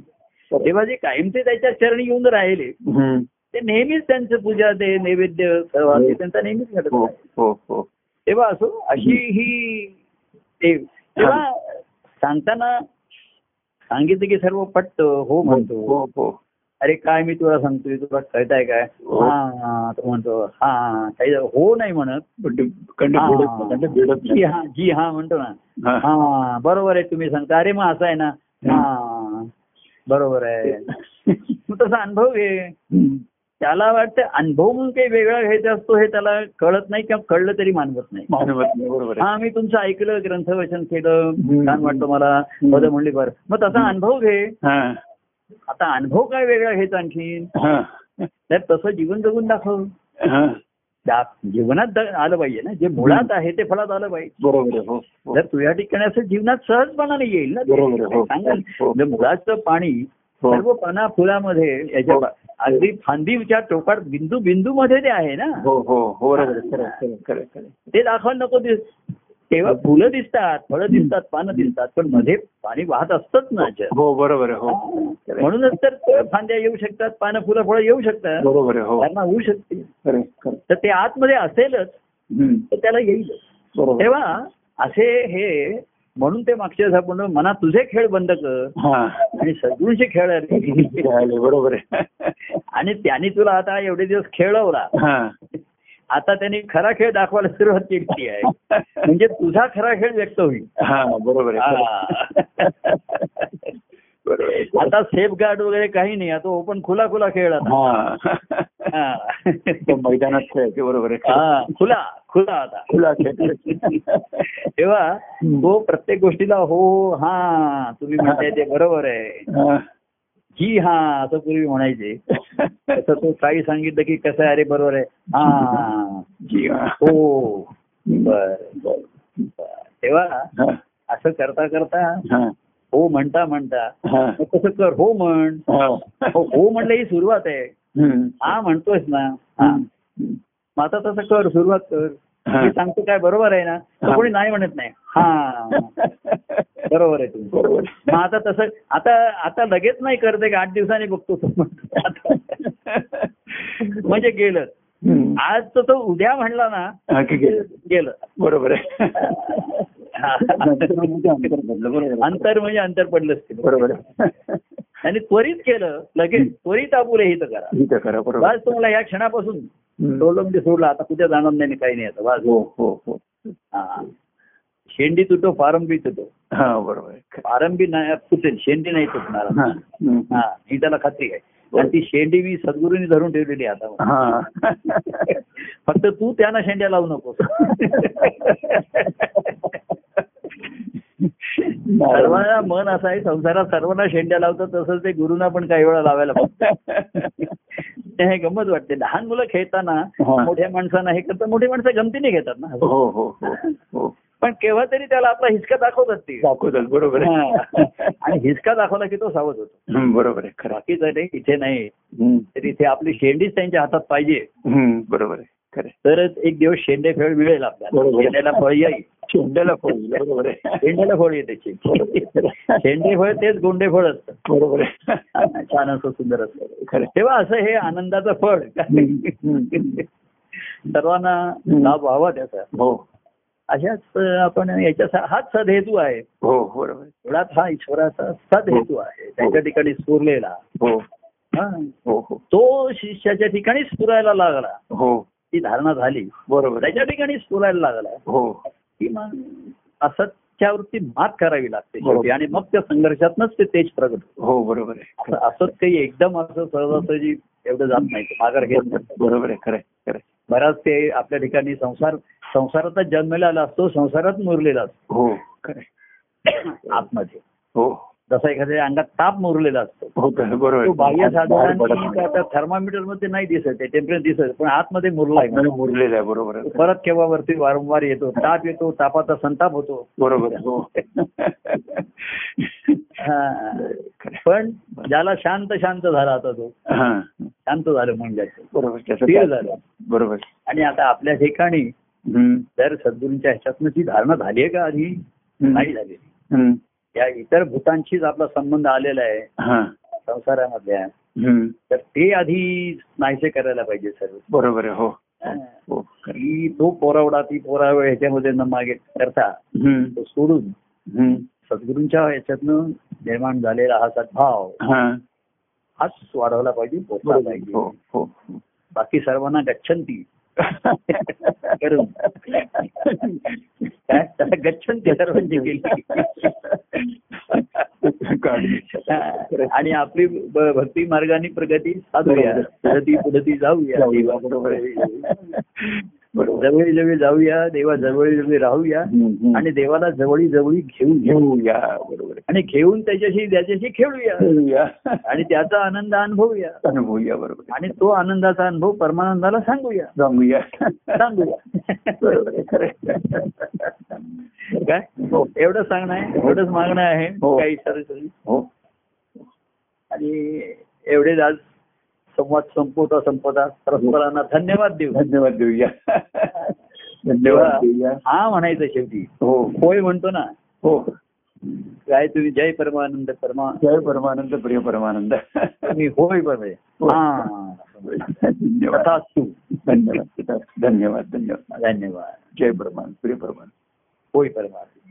A: हो,
B: तेव्हा जे कायम ते त्याच्या चरणी येऊन राहिले
A: हम्म.
B: ते नेहमीच त्यांचं पूजा ते नैवेद्य सर्व ते त्यांचा नेहमीच घडत
A: हो
B: राहतो.
A: हो हो
B: तेव्हा असो अशी ही ते तेव्हा सांगताना सांगितलं की सर्व पटत हो म्हणतो
A: हो हो
B: अरे काय मी तुला सांगतोय तुला कळताय काय
A: हो.
B: हा हा, तो म्हणतो हा काही हो नाही म्हणत
A: पण ते कंड
B: हा.
A: भिडत म्हणजे नाही, कंड भिडत
B: जी
A: नाही.
B: हा जी हा म्हणतो ना
A: हा.
B: हा बरोबर आहे तुम्ही सांगता अरे मग असं आहे ना हा बरोबर आहे मग तसा अनुभव घे
A: हम्म.
B: त्याला वाटतं अनुभव म्हणून काही वेगळा घ्यायचा असतो हे त्याला कळत नाही किंवा कळलं तरी मानवत नाही
A: मानवत नाही बरोबर आहे
B: हा मी तुमचं ऐकलं ग्रंथवचन केलं
A: हम्म.
B: छान वाटलं मला
A: हम्म.
B: पद म्हणली बरं मग तसा अनुभव घे
A: हा.
B: आता अनुभव काय वेगळा घ्यायचा आणखीन
A: हा.
B: तर तसं जीवन जगून दाखव
A: हा.
B: दा- जीवनात द- आलं पाहिजे ना जे मुळात आहे ते फळात आलं पाहिजे
A: बरोबर आहे हो हो.
B: जर तुझ्या ठिकाणी असं जीवनात सहजपणाने येईल ना
A: बरोबर आहे, हो.
B: सांगाल
A: हो.
B: जर मुळाचं पाणी
A: हो.
B: सर्व पाना फुलामध्ये याच्या
A: हो.
B: अगदी फांदीच्या टोकात बिंदू बिंदू मध्ये ते आहे ना
A: हो हो हो बरोबर आहे. खरं आहे, खरं आहे, खरं आहे, खरं आहे.
B: ते दाखवायला नको दिस तेव्हा
A: हो.
B: फुलं दिसतात फळं दिसतात पानं दिसतात पण मध्ये पाणी वाहत असतच ना याच्यात.
A: हो बरोबर आहे
B: Ah.
A: हो खरं आहे.
B: म्हणूनच तर फळं, फांद्या येऊ शकतात पानं फुलं फळं येऊ शकतात
A: बरोबर आहे हो
B: त्यांना होऊ शकते
A: खरं आहे, खरं आहे.
B: तर ते आतमध्ये असेलच
A: हम्म.
B: तर त्याला येईल
A: बरोबर आहे.
B: तेव्हा असे हे म्हणून ते मागच्या वेळेस आपण म्हणा तुझे खेळ बंद कर
A: हा
B: आणि सद्गुणचे खेळ आले.
A: राहिले, बरोबर आहे
B: आणि त्याने तुला आता एवढे दिवस खेळवला
A: हा
B: आता त्यांनी खरा खेळ दाखवायला सुरुवात केली आहे म्हणजे तुझा खरा खेळ व्यक्त होईल
A: हा बरोबर
B: Ah.
A: आहे खरं
B: हा.
A: आहे. बरोबर आहे.
B: आता सेफ गार्ड वगैरे काही नाही आता ओपन खुला खुला खेळ
A: हो.
B: आता
A: Ah. हा
B: हा.
A: तो मैदानात खेळायचे बरोबर आहे खरं आहे.
B: हा, खुला खुला आता
A: खुला खेळ
B: तेव्हा तो प्रत्येक गोष्टीला हो हो, हा तुम्ही म्हणताय ते बरोबर आहे
A: हा.
B: जी हा असं पूर्वी म्हणायचे तसं तो काही सांगितलं की कसं आहे अरे बरोबर आहे हा
A: जी हा.
B: हो बर बर बर. तेव्हा
A: हा.
B: असं करता करता
A: हा.
B: हो म्हणता म्हणता
A: हा.
B: मग कसं कर हो म्हण
A: हा.
B: हो हो म्हणलं ही सुरुवात आहे
A: हम्म.
B: हा म्हणतोयस ना हा
A: हम्म.
B: मग आता तसं कर सुरुवात कर
A: हा.
B: मी सांगतो काय बरोबर आहे ना तर
A: हा.
B: कोणी नाही म्हणत नाही हा बरोबर आहे तुमचं
A: बरोबर
B: मग आता तसं आता आता लगेच नाही करते का आठ दिवसांनी बघतो तो म्हणतो. आता- म्हणजे गेलं
A: हम्म.
B: आज तर तो उद्या म्हणला ना
A: हा, की गेलं.
B: गेलं
A: बरोबर आहे
B: हा.
A: नंतर म्हणजे अंतर पडलं, बरोबर आहे.
B: अंतर म्हणजे अंतर पडलं असते
A: बरोबर आहे.
B: आणि त्वरित केलं लगेच त्वरित आपुले हित करा
A: ठीक आहे खरं बरोबर
B: बस तुम्हाला या क्षणापासून
A: हम्म.
B: सोडलं म्हणजे सोडलं आता कुठे जाणार नाही आणि काही नाही आता वाज
A: हो हो हो
B: हा. शेंडी तुटो फारंबी तुटो
A: हा बरोबर आहे खरं.
B: फारंबी नाही तुटेल शेंडी नाही तुटणार
A: हा. हम्म.
B: हा ही त्याला खात्री आहे आणि ती शेंडी मी सद्गुरूंनी धरून ठेवलेली आहे आता
A: हा
B: फक्त तू त्यांना शेंड्या लावू नकोस सर्वांना मन असं आहे संसारात सर्वांना शेंड्या लावतात तसंच ते गुरुना पण काही वेळा लावायला पाहिजे
A: हो,
B: ते हे गमत वाटते लहान मुलं खेळताना
A: हा.
B: मोठ्या माणसांना हे करतात मोठी माणसं गमतीने घेतात ना
A: हो हो हो हो
B: पण केव्हा तरी त्याला आपला हिसका दाखवतात ते
A: दाखवतात बरोबर आहे
B: हा. आणि हिसका दाखवला की तो सावध होतो
A: हम्म, बरोबर आहे खरं
B: बाकी जर नाही, इथे नाही
A: हम्म.
B: तर इथे आपली शेंडीच त्यांच्या हातात पाहिजे
A: हम्म, बरोबर आहे खरं आहे.
B: तरच एक दिवस शेंडे फेळ मिळेल आपल्याला
A: बरोबर.
B: शेंड्याला फळ येईल
A: शेंड्याला फळ बरोबर आहे
B: शेंड्याला फळ येते शेंडे फळ तेच गोंडे फळ असतं
A: बरोबर आहे
B: छान असं सुंदर असतं
A: खरं आहे.
B: तेव्हा असं हे आनंदाचं फळ
A: हम्म.
B: सर्वांना लाभ व्हावा त्याचा
A: हो
B: अशाच अं, आपण याच्या हाच सदहेतू आहे
A: हो बरोबर आहे.
B: मुळात हा ईश्वराचा सदहेतू आहे त्याच्या ठिकाणी स्फुरलेला
A: हो
B: हा.
A: हो हो
B: तो शिष्याच्या ठिकाणी स्फुरायला लागला
A: हो
B: ती धारणा झाली
A: बरोबर आहे.
B: त्याच्या ठिकाणी स्फुरायला लागला
A: हो
B: की मग असत्यावरती मात करावी लागते
A: बरोबर.
B: शेवटी आणि मग त्या संघर्षातनच ते तेज प्रगट होतं.
A: हो बरोबर आहे
B: असं असत काही एकदम असं सहजासहजी एवढं जात नाही ते माघार घेत नाही
A: बरोबर आहे खरं आहे, खरं आहे.
B: बराच ते आपल्या ठिकाणी संसार संसारातच जन्मलेला असतो संसारात मुरलेला
A: हो खरं आहे.
B: असतो आतमध्ये
A: हो
B: जसा एखाद्या अंगात ताप मुरलेला असतो
A: होत आहे बरोबर आहे.
B: तो बाह्य
A: बाहेर पडत
B: साधारण
A: नाही.
B: थर्मामीटर मध्ये नाही दिसत आहे टेम्परेचर दिसत पण आतमध्ये मुरला आहे
A: आतमध्ये मुरलेलं आहे बरोबर आहे.
B: परत केव्हावरती वारंवार येतो ताप येतो तापाचा संताप होतो
A: बरोबर आहे, हो
B: हा. पण ज्याला शांत शांत झाला आता तो
A: हा,
B: शांत झालं म्हणजे
A: बरोबर त्याचं
B: स्थिर
A: काय-
B: झालं
A: बरोबर
B: आणि आता आपल्या ठिकाणी
A: हम्म,
B: तर सद्गुरूंच्या ह्याच्यातनं जी धारणा झाली आहे का आधी
A: हम्म,
B: नाही झाली
A: हम्म,
B: या इतर भूतांशीच आपला संबंध आलेला आहे
A: हा,
B: संसारामधल्या
A: हम्म,
B: तर ते आधी नाहीसे करायला पाहिजे सर्व
A: बरोबर आहे हो हो खरं.
B: की तो पोरावडा ती पोरावळ ह्याच्यामध्ये न मागे करता
A: हम्म,
B: तो सोडून
A: हम्म,
B: सद्गुरूंच्या ह्याच्यातनं निर्माण झालेला हा सद्भाव
A: हा,
B: हाच वाढवला पाहिजे पोचला
A: बरोबर आहे,
B: पाहिजे
A: हो हो हो.
B: बाकी सर्वांना गच्छंती करून काय त्याला गच्छंती सर्वांची केली
A: काढली.
B: आणि आपली ब- भक्ती मार्गाने प्रगती साधूया प्रगती प्रगती जाऊया देवा
A: बरोबर आहे. बरोबर
B: जवळ जवळ जाऊया देवा जवळ जवळ राहूया आणि देवाला जवळी जवळी घेऊन घेऊ
A: घेऊया बरोबर
B: आणि घेऊन त्याच्याशी त्याच्याशी खेळूया
A: घेऊया
B: आणि त्याचा आनंद अनुभवूया
A: अनुभवूया बरोबर
B: आणि तो आनंदाचा अनुभव परमानंदाला सांगूया
A: सांगूया बरोबर
B: सांगूया
A: आहे, खरं आहे.
B: काय
A: हो.
B: एवढं सांगणं आहे एवढंच मागणं आहे
A: हो.
B: काही सरासरी
A: हो
B: आणि एवढेच आज संवाद संपवता संपवता परस्परांना धन्यवाद देऊ
A: धन्यवाद देऊया धन्यवाद देऊया
B: हा म्हणायचं शेवटी
A: हो
B: होय म्हणतो ना
A: हो
B: काय तुम्ही जय परमानंद परमा
A: जय परमानंद प्रिय परमानंद
B: तुम्ही होय बरे
A: हो.
B: हा
A: धन्यवाद
B: तथास्तु
A: धन्यवाद धन्यवाद धन्यवाद
B: धन्यवाद
A: जय परमानंद प्रिय परमानंद
B: होय परमानंद